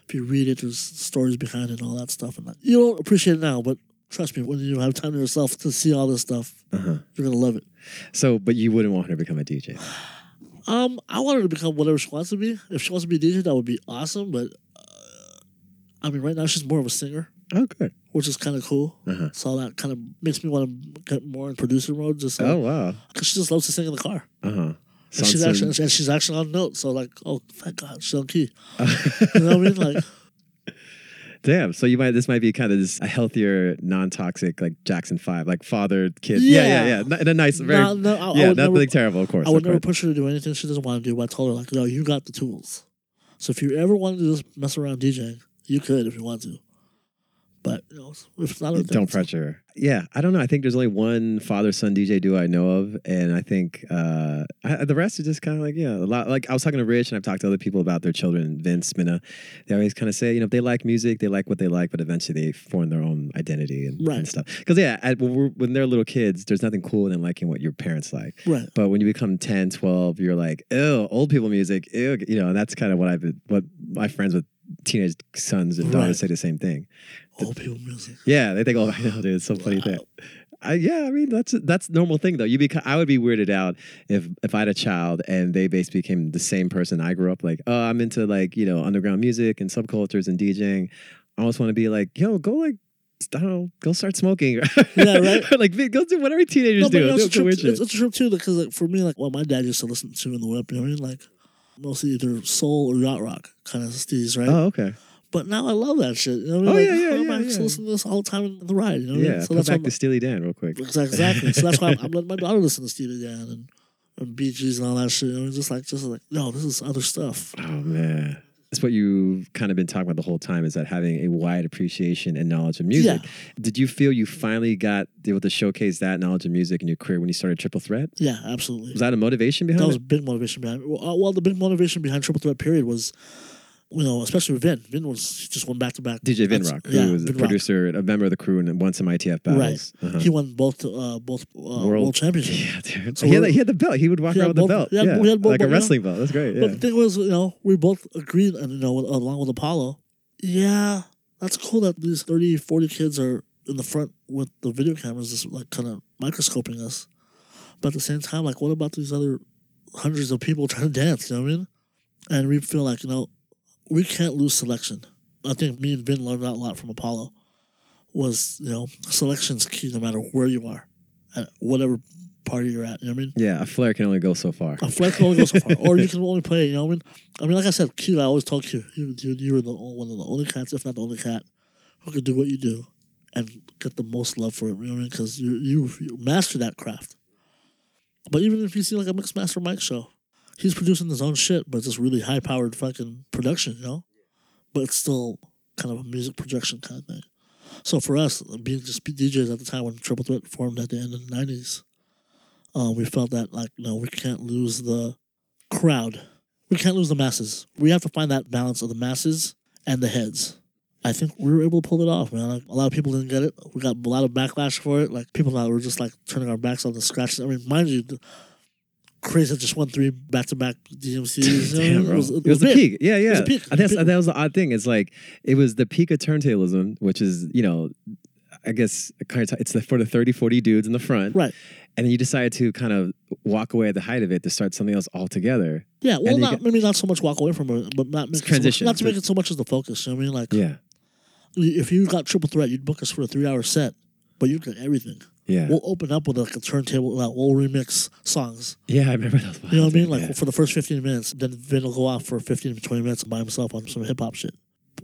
Speaker 2: If you read it, there's stories behind it and all that stuff. And like, you don't appreciate it now, but trust me, when you have time to yourself to see all this stuff,
Speaker 1: Uh-huh.
Speaker 2: you're gonna love it.
Speaker 1: So, but you wouldn't want her to become a DJ.
Speaker 2: Um, I want her to become whatever she wants to be. If she wants to be a DJ, that would be awesome. But uh, I mean, right now she's more of a singer,
Speaker 1: Oh, good.
Speaker 2: which is kind of cool.
Speaker 1: Uh-huh.
Speaker 2: So that kind of makes me want to get more in producer mode, just
Speaker 1: Oh,
Speaker 2: because
Speaker 1: wow.
Speaker 2: she just loves to sing in the car.
Speaker 1: Uh huh.
Speaker 2: And she's actually and she's actually on note. So like, oh thank God, she's
Speaker 1: <laughs>
Speaker 2: on key. You know what I mean? Like,
Speaker 1: Damn. So you might this might be kind of this a healthier, non toxic like Jackson Five, like father kid. yeah,
Speaker 2: Yeah.
Speaker 1: yeah. yeah. In a nice, very
Speaker 2: no, no, I, I
Speaker 1: yeah,
Speaker 2: would
Speaker 1: nothing
Speaker 2: never,
Speaker 1: terrible, of course.
Speaker 2: I would
Speaker 1: of
Speaker 2: never
Speaker 1: course.
Speaker 2: push her to do anything she doesn't want to do. But I told her like, no, you got the tools. So if you ever wanted to just mess around DJing, you could if you want to. But you know, if it's not, a thing,
Speaker 1: Don't
Speaker 2: it's-
Speaker 1: pressure. Yeah, I don't know. I think there's only one father son DJ duo I know of, and I think uh, I, the rest is just kind of like yeah, a lot. Like I was talking to Rich, and I've talked to other people about their children. Vince Minna, they always kind of say you know if they like music, they like what they like, but eventually they form their own identity and,
Speaker 2: Right.
Speaker 1: and stuff. Because yeah, at, when, we're, when they're little kids, there's nothing cooler than liking what your parents like.
Speaker 2: Right.
Speaker 1: But when you become 10, 12, you're like, ew, old people music, ew, you know, and that's kind of what I've been, what my friends with teenage sons and daughters say
Speaker 2: Right.
Speaker 1: the same thing.
Speaker 2: Old people music.
Speaker 1: Yeah, they think, oh, I know, dude, it's so funny that. I, yeah, I mean that's that's normal thing though. You become I would be weirded out if if I had a child and they basically became the same person I grew up like. Oh, I'm into like you know underground music and subcultures and DJing. I almost want to be like, yo, go like. I don't know. Go start smoking. <laughs>
Speaker 2: Yeah, right.
Speaker 1: like, go do whatever teenagers
Speaker 2: No, but
Speaker 1: do.
Speaker 2: you know,
Speaker 1: Do
Speaker 2: it's, a
Speaker 1: some
Speaker 2: trip,
Speaker 1: weird shit.
Speaker 2: it's, it's a trip too because like for me, like what my dad used to listen to in the whip, you know what I mean? Like mostly either soul or yacht rock kind of steez, right?
Speaker 1: Oh, okay.
Speaker 2: But now I love that shit. You know what I
Speaker 1: Oh,
Speaker 2: mean?
Speaker 1: yeah, yeah,
Speaker 2: I'm
Speaker 1: yeah,
Speaker 2: actually
Speaker 1: yeah.
Speaker 2: listening to this all the time in the ride. You know what I
Speaker 1: Yeah.
Speaker 2: mean?
Speaker 1: Put
Speaker 2: why
Speaker 1: back
Speaker 2: I'm-
Speaker 1: to Steely Dan real quick.
Speaker 2: exactly. So that's why I'm, I'm letting my daughter listen to Stevie Dan and, and Bee Gees and all that shit. You know, it's just like, just like, no, this is other stuff.
Speaker 1: Oh man. That's what you've kind of been talking about the whole time is that having a wide appreciation and knowledge of music.
Speaker 2: Yeah.
Speaker 1: Did you feel you finally got able to showcase that knowledge of music in your career when you started Triple Threat?
Speaker 2: Yeah, absolutely.
Speaker 1: Was that a motivation behind
Speaker 2: That was
Speaker 1: it?
Speaker 2: big motivation behind. Well, uh, well, the big motivation behind Triple Threat period was, you know, especially with Vin. Vin was he just went back to back.
Speaker 1: DJ
Speaker 2: That's-
Speaker 1: Vinrock,
Speaker 2: yeah,
Speaker 1: who was a
Speaker 2: Vinrock.
Speaker 1: producer, a member of the crew, and won some ITF battles. Uh-huh.
Speaker 2: He won both uh, both uh, world. championships.
Speaker 1: <laughs> Yeah, dude.
Speaker 2: So
Speaker 1: he, had
Speaker 2: we're-
Speaker 1: the, he had the belt. He would walk
Speaker 2: He had
Speaker 1: around with
Speaker 2: both-
Speaker 1: the belt.
Speaker 2: he had-
Speaker 1: yeah,
Speaker 2: he had both-
Speaker 1: like a
Speaker 2: yeah.
Speaker 1: wrestling belt. That's great.
Speaker 2: But
Speaker 1: Yeah.
Speaker 2: the thing was, you know, we both agreed, and you know, along with Apollo, yeah, that's cool that these 30, 40 kids are in the front with the video cameras, just like kind of microscoping us. But at the same time, like, what about these other hundreds of people <laughs> trying to dance? You know what I mean? And we feel like, you know, we can't lose selection. I think me and Vin learned that a lot from Apollo. Was you know, selection's key no matter where you are, at whatever party you're at. You know what I mean?
Speaker 1: yeah, a flare can only go so far.
Speaker 2: A flag can only go so far, or you can only play. You know what I mean? I mean, like I said, Q. I always told Q, you, you, you were the only, one of the only cats, if not the only cat, who could do what you do and get the most love for it. You know what I mean? Because you, you you master that craft. But even if you see like a mixed master Mike show, he's producing his own shit, but it's just really high powered fucking production. You know, but it's still kind of a music projection kind of thing. So for us, being just DJs at the time when Triple Threat formed at the end of the nineties, um, we felt that like no, we can't lose the crowd. We can't lose the masses. We have to find that balance of the masses and the heads. I think we were able to pull it off, man. Like, a lot of people didn't get it. We got a lot of backlash for it. Like people thought we were just like turning our backs on the scratch. I mean, mind you, the- Crazy just won three back-to-back DMCs. you
Speaker 1: <laughs>
Speaker 2: know,
Speaker 1: Damn, bro.
Speaker 2: it was, it was
Speaker 1: the
Speaker 2: big.
Speaker 1: peak. Yeah, yeah.
Speaker 2: the peak.
Speaker 1: I think that's-
Speaker 2: Peak.
Speaker 1: that was the odd thing. It's like it was the peak of turntablism, which is, you know, I guess kind of it's the, for the 30, 40 dudes in the front.
Speaker 2: Right.
Speaker 1: And you decided to kind of walk away at the height of it to start something else altogether.
Speaker 2: Yeah, well,
Speaker 1: you
Speaker 2: not
Speaker 1: get-
Speaker 2: maybe not so much walk away from it, but not make it so much-
Speaker 1: transition
Speaker 2: not to
Speaker 1: to-
Speaker 2: make it so much as the focus. You know what I mean? Like,
Speaker 1: Yeah.
Speaker 2: if you got triple threat, you'd book us for a three-hour set, but you get everything.
Speaker 1: Yeah.
Speaker 2: We'll open up with like a turntable. Like, we'll remix songs.
Speaker 1: yeah, I remember those.
Speaker 2: You know what I mean? Like for the first fifteen minutes, then Vin will go off for fifteen to twenty minutes by himself on some hip hop shit.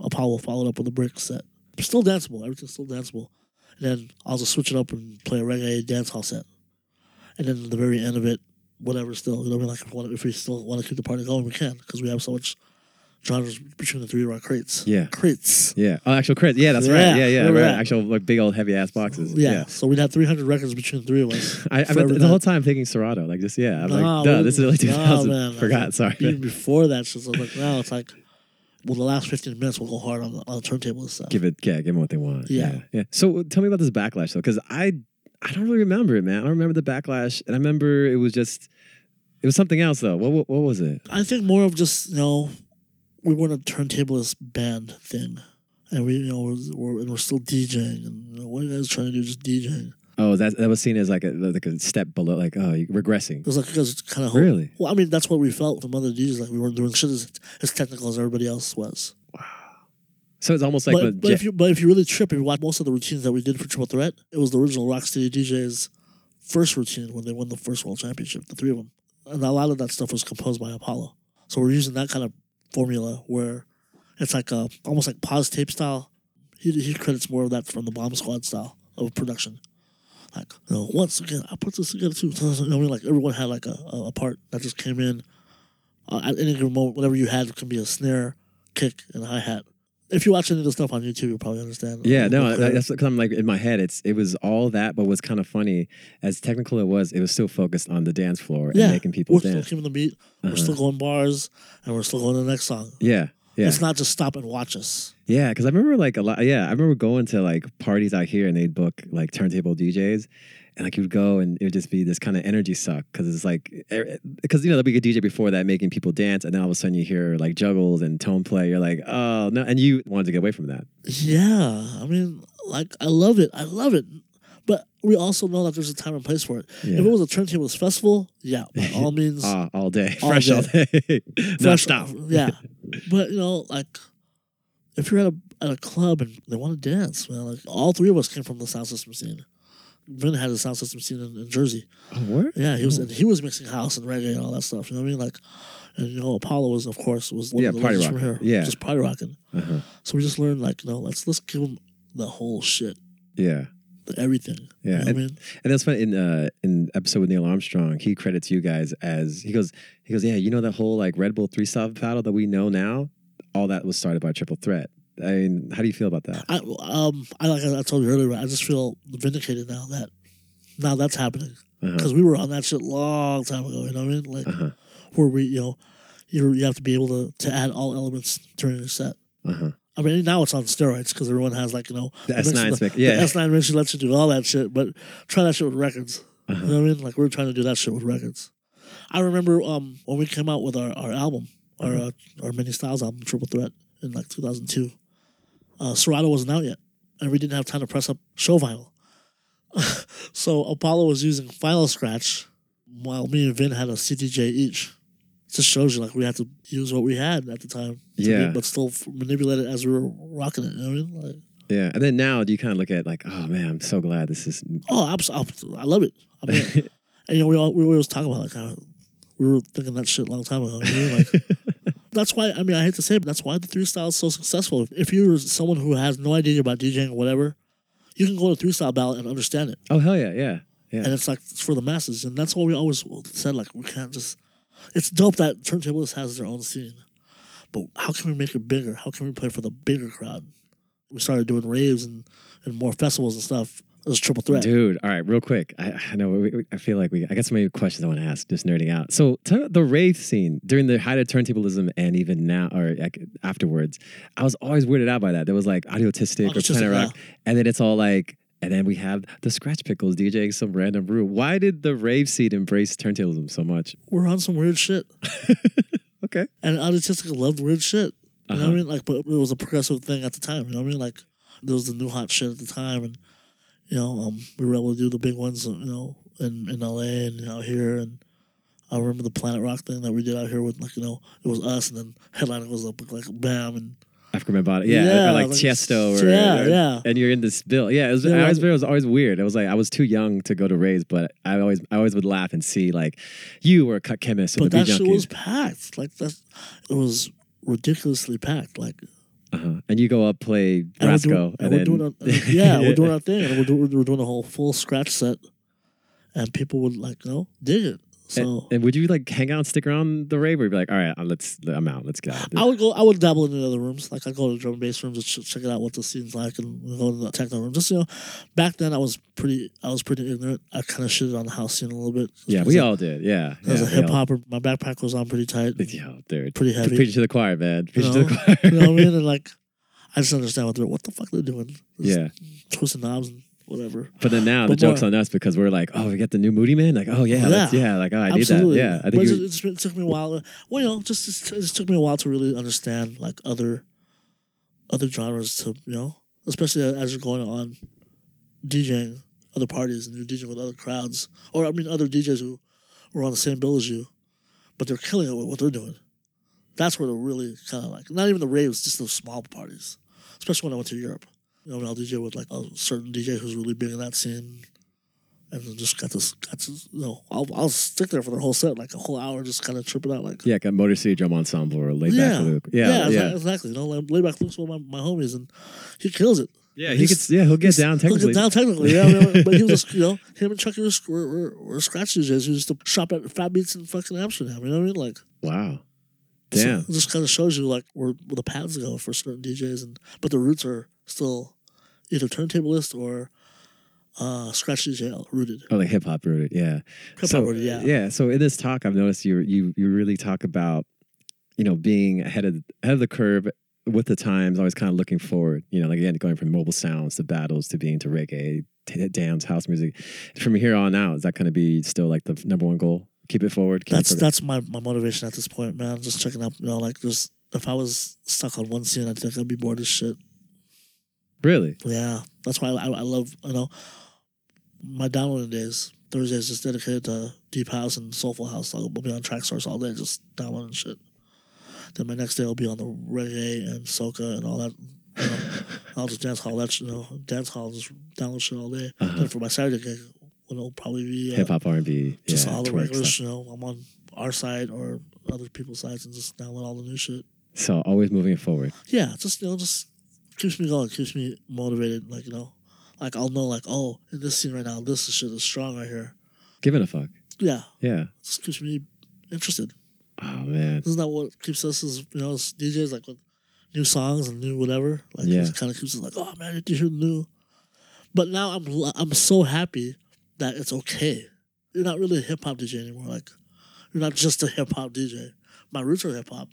Speaker 2: Apollo followed up with a brick set. Still danceable. Everything's still danceable. And then I'll just switch it up and play a reggae dance hall set. And then at the very end of it, whatever. Still, you know, what I mean? like if, we wanna- if we still want to keep the party going, we can because we have so much genres between the three rock crates.
Speaker 1: Yeah.
Speaker 2: Crates.
Speaker 1: Yeah. Oh, actual crates. Yeah, that's right.
Speaker 2: Yeah,
Speaker 1: Yeah, yeah.
Speaker 2: remember
Speaker 1: Right.
Speaker 2: that.
Speaker 1: Actual like big old heavy ass boxes.
Speaker 2: Yeah. So we'd have 300 records between the three of us.
Speaker 1: I, I
Speaker 2: for
Speaker 1: but
Speaker 2: every
Speaker 1: the whole
Speaker 2: night.
Speaker 1: time thinking Serato, like just yeah, I'm
Speaker 2: Nah,
Speaker 1: like, duh, this is
Speaker 2: we-
Speaker 1: early
Speaker 2: nah,
Speaker 1: 2000.
Speaker 2: man, like,
Speaker 1: Forgot, sorry.
Speaker 2: Even before that, shit, so I was like, now it's like, well, the last 15 minutes will go hard on the, on the turntable and stuff.
Speaker 1: give it, yeah, give them what they want.
Speaker 2: Yeah.
Speaker 1: yeah, yeah. So uh, tell me about this backlash though, because I, I don't really remember it, man. I don't remember the backlash, and I remember it was just, it was something else though. What, what, what was it?
Speaker 2: I think more of just you know, we weren't a turntablist band thing, and we you know we're, we're and we're still DJing. And you know, what are you guys trying to do? Just DJing.
Speaker 1: Oh, that that was seen as like a like a step below, like oh, you're regressing.
Speaker 2: It was like you guys kind of
Speaker 1: Really?
Speaker 2: Well, I mean that's what we felt from other DJs. Like we weren't doing shit as, as technical as everybody else was.
Speaker 1: So it's almost like,
Speaker 2: but
Speaker 1: with
Speaker 2: but
Speaker 1: Ja-
Speaker 2: if you but if you really trip and watch most of the routines that we did for Triple Threat, it was the original Rocksteady DJs' first routine when they won the first world championship, the three of them, and a lot of that stuff was composed by Apollo. So we're using that kind of formula where it's like a almost like pause tape style. He he credits more of that from the Bomb Squad style of production. Like you know, once again, I put this together too. <laughs> I mean, like everyone had like a, a, a part that just came in uh, at any given moment. Whatever you had could be a snare, kick, and hi hat. If you watch any of the stuff on YouTube, you'll probably understand.
Speaker 1: yeah, no,
Speaker 2: Okay.
Speaker 1: I- that's because I'm like in my head. It's it was all that, but what's kind of funny, as technical it was, it was still focused on the dance floor
Speaker 2: yeah.
Speaker 1: and making people
Speaker 2: we're
Speaker 1: dance.
Speaker 2: still keeping the beat. We're
Speaker 1: Uh-huh.
Speaker 2: still going bars, and we're still going to the next song.
Speaker 1: Yeah, yeah.
Speaker 2: It's not just stop and watch us.
Speaker 1: Yeah, because I remember like a lot. Yeah, I remember going to like parties out here, and they'd book like turntable DJs, and like you'd go, and it would just be this kind of energy suck because it's like because you know there'll be a DJ before that making people dance, and then all of a sudden you hear like juggles and tone play. You're like, oh no, and you wanted to get away from that.
Speaker 2: Yeah, I mean, like I love it. I love it. But we also know that there's a time and place for it.
Speaker 1: Yeah.
Speaker 2: If it was a turntables festival, yeah,
Speaker 1: <laughs>
Speaker 2: by all means,
Speaker 1: Ah, all day, <laughs>
Speaker 2: All
Speaker 1: fresh all day, <laughs> no
Speaker 2: Fresh-
Speaker 1: stop.
Speaker 2: <laughs> Yeah, but you know, like if you're at a at a club and they want to dance, man, like all three of us came from the sound system scene. Vin had a sound system scene in, in Jersey.
Speaker 1: Oh, what?
Speaker 2: Yeah, he was and he was mixing house and reggae and all that stuff. You know what I mean? Like, and you know, Apollo was of course was one
Speaker 1: Yeah,
Speaker 2: of the
Speaker 1: party
Speaker 2: legends from here.
Speaker 1: rocker. Yeah.
Speaker 2: just party rocking.
Speaker 1: Uh-huh.
Speaker 2: So we just learned like, you know, let's let's give him the whole shit,
Speaker 1: Yeah.
Speaker 2: the everything.
Speaker 1: Yeah,
Speaker 2: you know what I
Speaker 1: and-
Speaker 2: mean,
Speaker 1: And that's funny in uh in episode with Neil Armstrong, he credits you guys as he goes, he goes, Yeah, you know that whole like Red Bull three stop paddle that we know now? All that was started by Triple Threat. I mean, how do you feel about that?
Speaker 2: I um I like I told you earlier, I just feel vindicated now that now that's happening.
Speaker 1: Uh-huh.
Speaker 2: because we were on that shit long time ago. You know what I mean? Like
Speaker 1: Uh-huh.
Speaker 2: where we, you know, you you have to be able to to add all elements during your set.
Speaker 1: Uh-huh.
Speaker 2: I mean, now it's on steroids because everyone has like you know
Speaker 1: The
Speaker 2: mix-
Speaker 1: S nine spec.
Speaker 2: the
Speaker 1: Yeah.
Speaker 2: S nine mixer lets you do all that shit, but try that shit with records. You
Speaker 1: Uh-huh.
Speaker 2: know what I mean? Like we were trying to do that shit with records. I remember um when we came out with our our album, our uh, our mini styles album, Triple Threat, in like 2002. Uh, Serato wasn't out yet, and we didn't have time to press up show vinyl. <laughs> so Apollo was using Final Scratch, while me and Vin had a CTJ each. Just shows you like we had to use what we had at the time, to be-
Speaker 1: Yeah.
Speaker 2: but still f- manipulate it as we were rocking it. You know what I mean? Like,
Speaker 1: Yeah. And then now do you kind of look at like, oh man, I'm so glad this is
Speaker 2: oh, I'm, I love it. I mean, And you know, we all, we always talk about like how we were thinking that shit a long time ago. We were like,
Speaker 1: <laughs>
Speaker 2: that's why I mean I hate to say it, but that's why the three style is so successful. If, if you're someone who has no idea about DJing or whatever, you can go to three style ballot and understand it.
Speaker 1: <laughs> Oh hell yeah, yeah.
Speaker 2: And
Speaker 1: Yeah.
Speaker 2: it's like it's for the masses, and that's why we always said like we can't just. It's dope that turntables has their own scene, but how can we make it bigger? How can we play for the bigger crowd? We started doing raves and, and more festivals and stuff. It was triple threat.
Speaker 1: Dude, all right, real quick. I, I know. We, we- I feel like we. I got so many questions I want to ask. Just nerding out. So tell the rave scene during the height of turntablism, and even now or like, afterwards, I was always weirded out by that. There was Oh, like audiotistic or
Speaker 2: Audiotistic,
Speaker 1: planet rock, and then it's all like, and then we have the scratch pickles DJing some random room. Why did the rave scene embrace turntablism so much?
Speaker 2: We're on some weird shit.
Speaker 1: Okay.
Speaker 2: and autistic loved weird shit. You know what
Speaker 1: Uh-huh.
Speaker 2: I mean? Like, but it was a progressive thing at the time. You know what I mean? Like, there was the new hot shit at the time, and you know, um, we were able to do the big ones. You know, in in LA and out here, and I remember the Planet Rock thing that we did out here with like you know, it was us, and then headliner was up like bam, and
Speaker 1: African Bambaataa. Yeah, or-
Speaker 2: Yeah,
Speaker 1: or like,
Speaker 2: like-
Speaker 1: Chesto, or,
Speaker 2: yeah,
Speaker 1: or-
Speaker 2: yeah.
Speaker 1: and you're in this bill. Yeah, it was,
Speaker 2: Yeah,
Speaker 1: I always
Speaker 2: like-
Speaker 1: it was always weird. It was like I was too young to go to raves, but I always I always would laugh and see like you were a cut chemist or
Speaker 2: but
Speaker 1: the
Speaker 2: that
Speaker 1: B
Speaker 2: shit
Speaker 1: junkies,
Speaker 2: was packed. Like that's it was ridiculously packed. Like
Speaker 1: uh-huh. and you go up play
Speaker 2: And we're doing-
Speaker 1: Rasco,
Speaker 2: and we're
Speaker 1: then
Speaker 2: doing our- and
Speaker 1: <laughs>
Speaker 2: yeah, we're doing our thing, and we're doing, we're doing a whole full scratch set, and people would like, you know, dig it. So
Speaker 1: And would you like hang out and stick around the rave, or you'd be like, all right, uh, let's, I'm out, let's get out.
Speaker 2: I would go. I would dabble in the other rooms. Like I'd go to the drum and bass rooms and ch- check it out what the scene's like, and go to the techno room. Just you know, back then I was pretty. I was pretty ignorant. I kind of shitted on the house scene a little bit.
Speaker 1: yeah,
Speaker 2: As
Speaker 1: we
Speaker 2: a-
Speaker 1: all did. Yeah,
Speaker 2: As
Speaker 1: yeah,
Speaker 2: a
Speaker 1: we
Speaker 2: hip
Speaker 1: all-
Speaker 2: hopper, my backpack was on pretty tight. You
Speaker 1: Yo, dude,
Speaker 2: Pretty heavy.
Speaker 1: Preach to the choir, man. Preach to
Speaker 2: <laughs> No.
Speaker 1: the choir. <laughs>
Speaker 2: know what I mean? And like, I just understand what they're what the fuck they're doing. Just
Speaker 1: yeah,
Speaker 2: twisting knobs and whatever.
Speaker 1: but then now the
Speaker 2: But
Speaker 1: joke's
Speaker 2: more-
Speaker 1: on us because we're like, oh, we got the new Moody Man. Like, oh yeah, yeah, let's,
Speaker 2: Yeah.
Speaker 1: yeah like oh, I
Speaker 2: Absolutely.
Speaker 1: need that. Yeah, I
Speaker 2: But
Speaker 1: think
Speaker 2: it,
Speaker 1: you,
Speaker 2: just- it took me a while. Well, you know, just, just it just took me a while to really understand like other other genres to you know, especially as you're going on DJing other parties and you're DJing with other crowds, or I mean other DJs who were on the same bill as you, but they're killing it with what they're doing. That's where they're really kind of like not even the raves, just those small parties. Especially when I went to Europe, you know, when I'll DJ with like a certain DJ who's really big in that scene, and then just got this, got this, you know, I'll, I'll stick there for the whole set, like a whole hour, just kind of tripping out, like
Speaker 1: yeah, like a Motor City Drum Ensemble or Laid
Speaker 2: yeah,
Speaker 1: Back Luke.
Speaker 2: yeah,
Speaker 1: Yeah, yeah,
Speaker 2: exa-
Speaker 1: yeah.
Speaker 2: exactly. You know, like Layback Luke's one of my, my homies, and he kills it.
Speaker 1: he
Speaker 2: He's-
Speaker 1: gets, yeah, he'll get down
Speaker 2: He'll
Speaker 1: technically.
Speaker 2: get down technically, yeah. I
Speaker 1: <laughs>
Speaker 2: mean, but he was, just, you know, him and Chucky were, were, were, were scratch DJs who used to shop at Fat Beats in fucking Amsterdam. You know what I mean? Like,
Speaker 1: Wow,
Speaker 2: so
Speaker 1: damn.
Speaker 2: it just kind of shows you like where, where the paths go for certain DJs, and but the roots are still either turntablist or uh, scratch DJ rooted.
Speaker 1: Oh, like hip hop rooted. Yeah.
Speaker 2: Hip-hop rooted, yeah.
Speaker 1: Yeah. So in this talk, I've noticed you you you really talk about you know being ahead of ahead of the curve with the times, always kind of looking forward. You know, like again, going from mobile sounds to battles to being to reggae, to dance, house music. From here on out, is that going to be still like the number one goal? Keep it forward. Keep
Speaker 2: that's
Speaker 1: it forward.
Speaker 2: that's my, my motivation at this point, man. Just checking out, you know, like just if I was stuck on one scene, I think I'd be bored as shit.
Speaker 1: really.
Speaker 2: Yeah, that's why I, I love you know my downloading days. Thursdays just dedicated to deep house and soulful house. I'll be on track source all day, just downloading shit. Then my next day will be on the reggae and soca and all that. You
Speaker 1: <laughs>
Speaker 2: know, I'll just dance hall that sh- you know dance hall just download shit all day.
Speaker 1: Uh-huh.
Speaker 2: Then for my Saturday gig, it'll probably be uh,
Speaker 1: Hip hop, R and B,
Speaker 2: just
Speaker 1: yeah,
Speaker 2: all the
Speaker 1: twerk
Speaker 2: regular
Speaker 1: stuff.
Speaker 2: shit. You know, I'm on our side or other people's sides and just download all the new shit
Speaker 1: So always moving it forward.
Speaker 2: yeah, just you know, just keeps me going, keeps me motivated. Like you know, like I'll know, like oh, in this scene right now, this shit is strong right here.
Speaker 1: Giving a fuck.
Speaker 2: Yeah,
Speaker 1: Yeah.
Speaker 2: just keeps me interested.
Speaker 1: Oh man.
Speaker 2: Isn't that what keeps us as you know as DJs like with new songs and new whatever? Like
Speaker 1: Yeah.
Speaker 2: it kind of keeps us like oh man, did you hear the new? But now I'm l- I'm so happy that it's okay. You're not really a hip hop DJ anymore. Like you're not just a hip hop DJ. My roots are hip hop,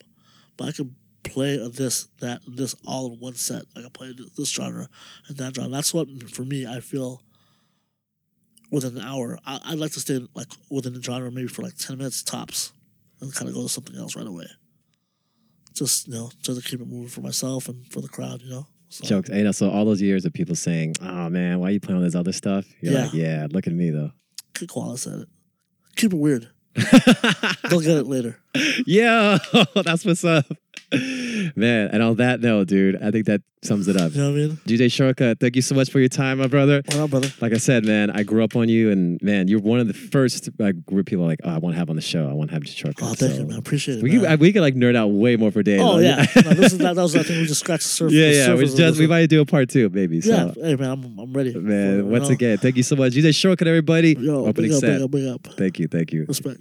Speaker 2: but I can play a this that and this all in one set. I can play th- this genre and that genre. That's what for me I feel. Within an hour, I, I'd like to stay like within the genre maybe for like ten minutes tops and kind of go to something else right away. Just you know, just to keep it moving for myself and for the crowd, you know. So,
Speaker 1: Jokes. You know, so all those years of people saying, "Oh man, why are you playing all this other stuff?" You're
Speaker 2: Yeah.
Speaker 1: like, "Yeah, look at me though."
Speaker 2: Kick Wallace at it. Keep
Speaker 1: <laughs>
Speaker 2: it weird. They'll get it later.
Speaker 1: Yo, <laughs> that's what's up, man. And on that note, dude, I think that sums it
Speaker 2: <laughs>
Speaker 1: up.
Speaker 2: You know what I mean?
Speaker 1: DJ Shortcut, thank you so much for your time, my brother.
Speaker 2: Why not, brother?
Speaker 1: Like I said, man, I grew up on you, and man, you're one of the first like, group of people like, oh, I want to have on the show. I want to have DJ Shortcut.
Speaker 2: Oh, thank
Speaker 1: So
Speaker 2: you, man. Appreciate it.
Speaker 1: We could,
Speaker 2: man.
Speaker 1: I- we could like nerd out way more for days.
Speaker 2: oh
Speaker 1: on-
Speaker 2: yeah, no, this
Speaker 1: <laughs>
Speaker 2: is that, that was I think we just scratched the surface.
Speaker 1: yeah,
Speaker 2: the
Speaker 1: yeah. We
Speaker 2: surface of this
Speaker 1: just we
Speaker 2: one.
Speaker 1: might do a part two, maybe. So.
Speaker 2: yeah, hey man, I'm I'm ready.
Speaker 1: Man,
Speaker 2: for it,
Speaker 1: once
Speaker 2: you know?
Speaker 1: again, thank you so much. DJ Shortcut, everybody.
Speaker 2: yo,
Speaker 1: Opening
Speaker 2: big up,
Speaker 1: set.
Speaker 2: big up, big up.
Speaker 1: Thank you, thank you.
Speaker 2: Respect.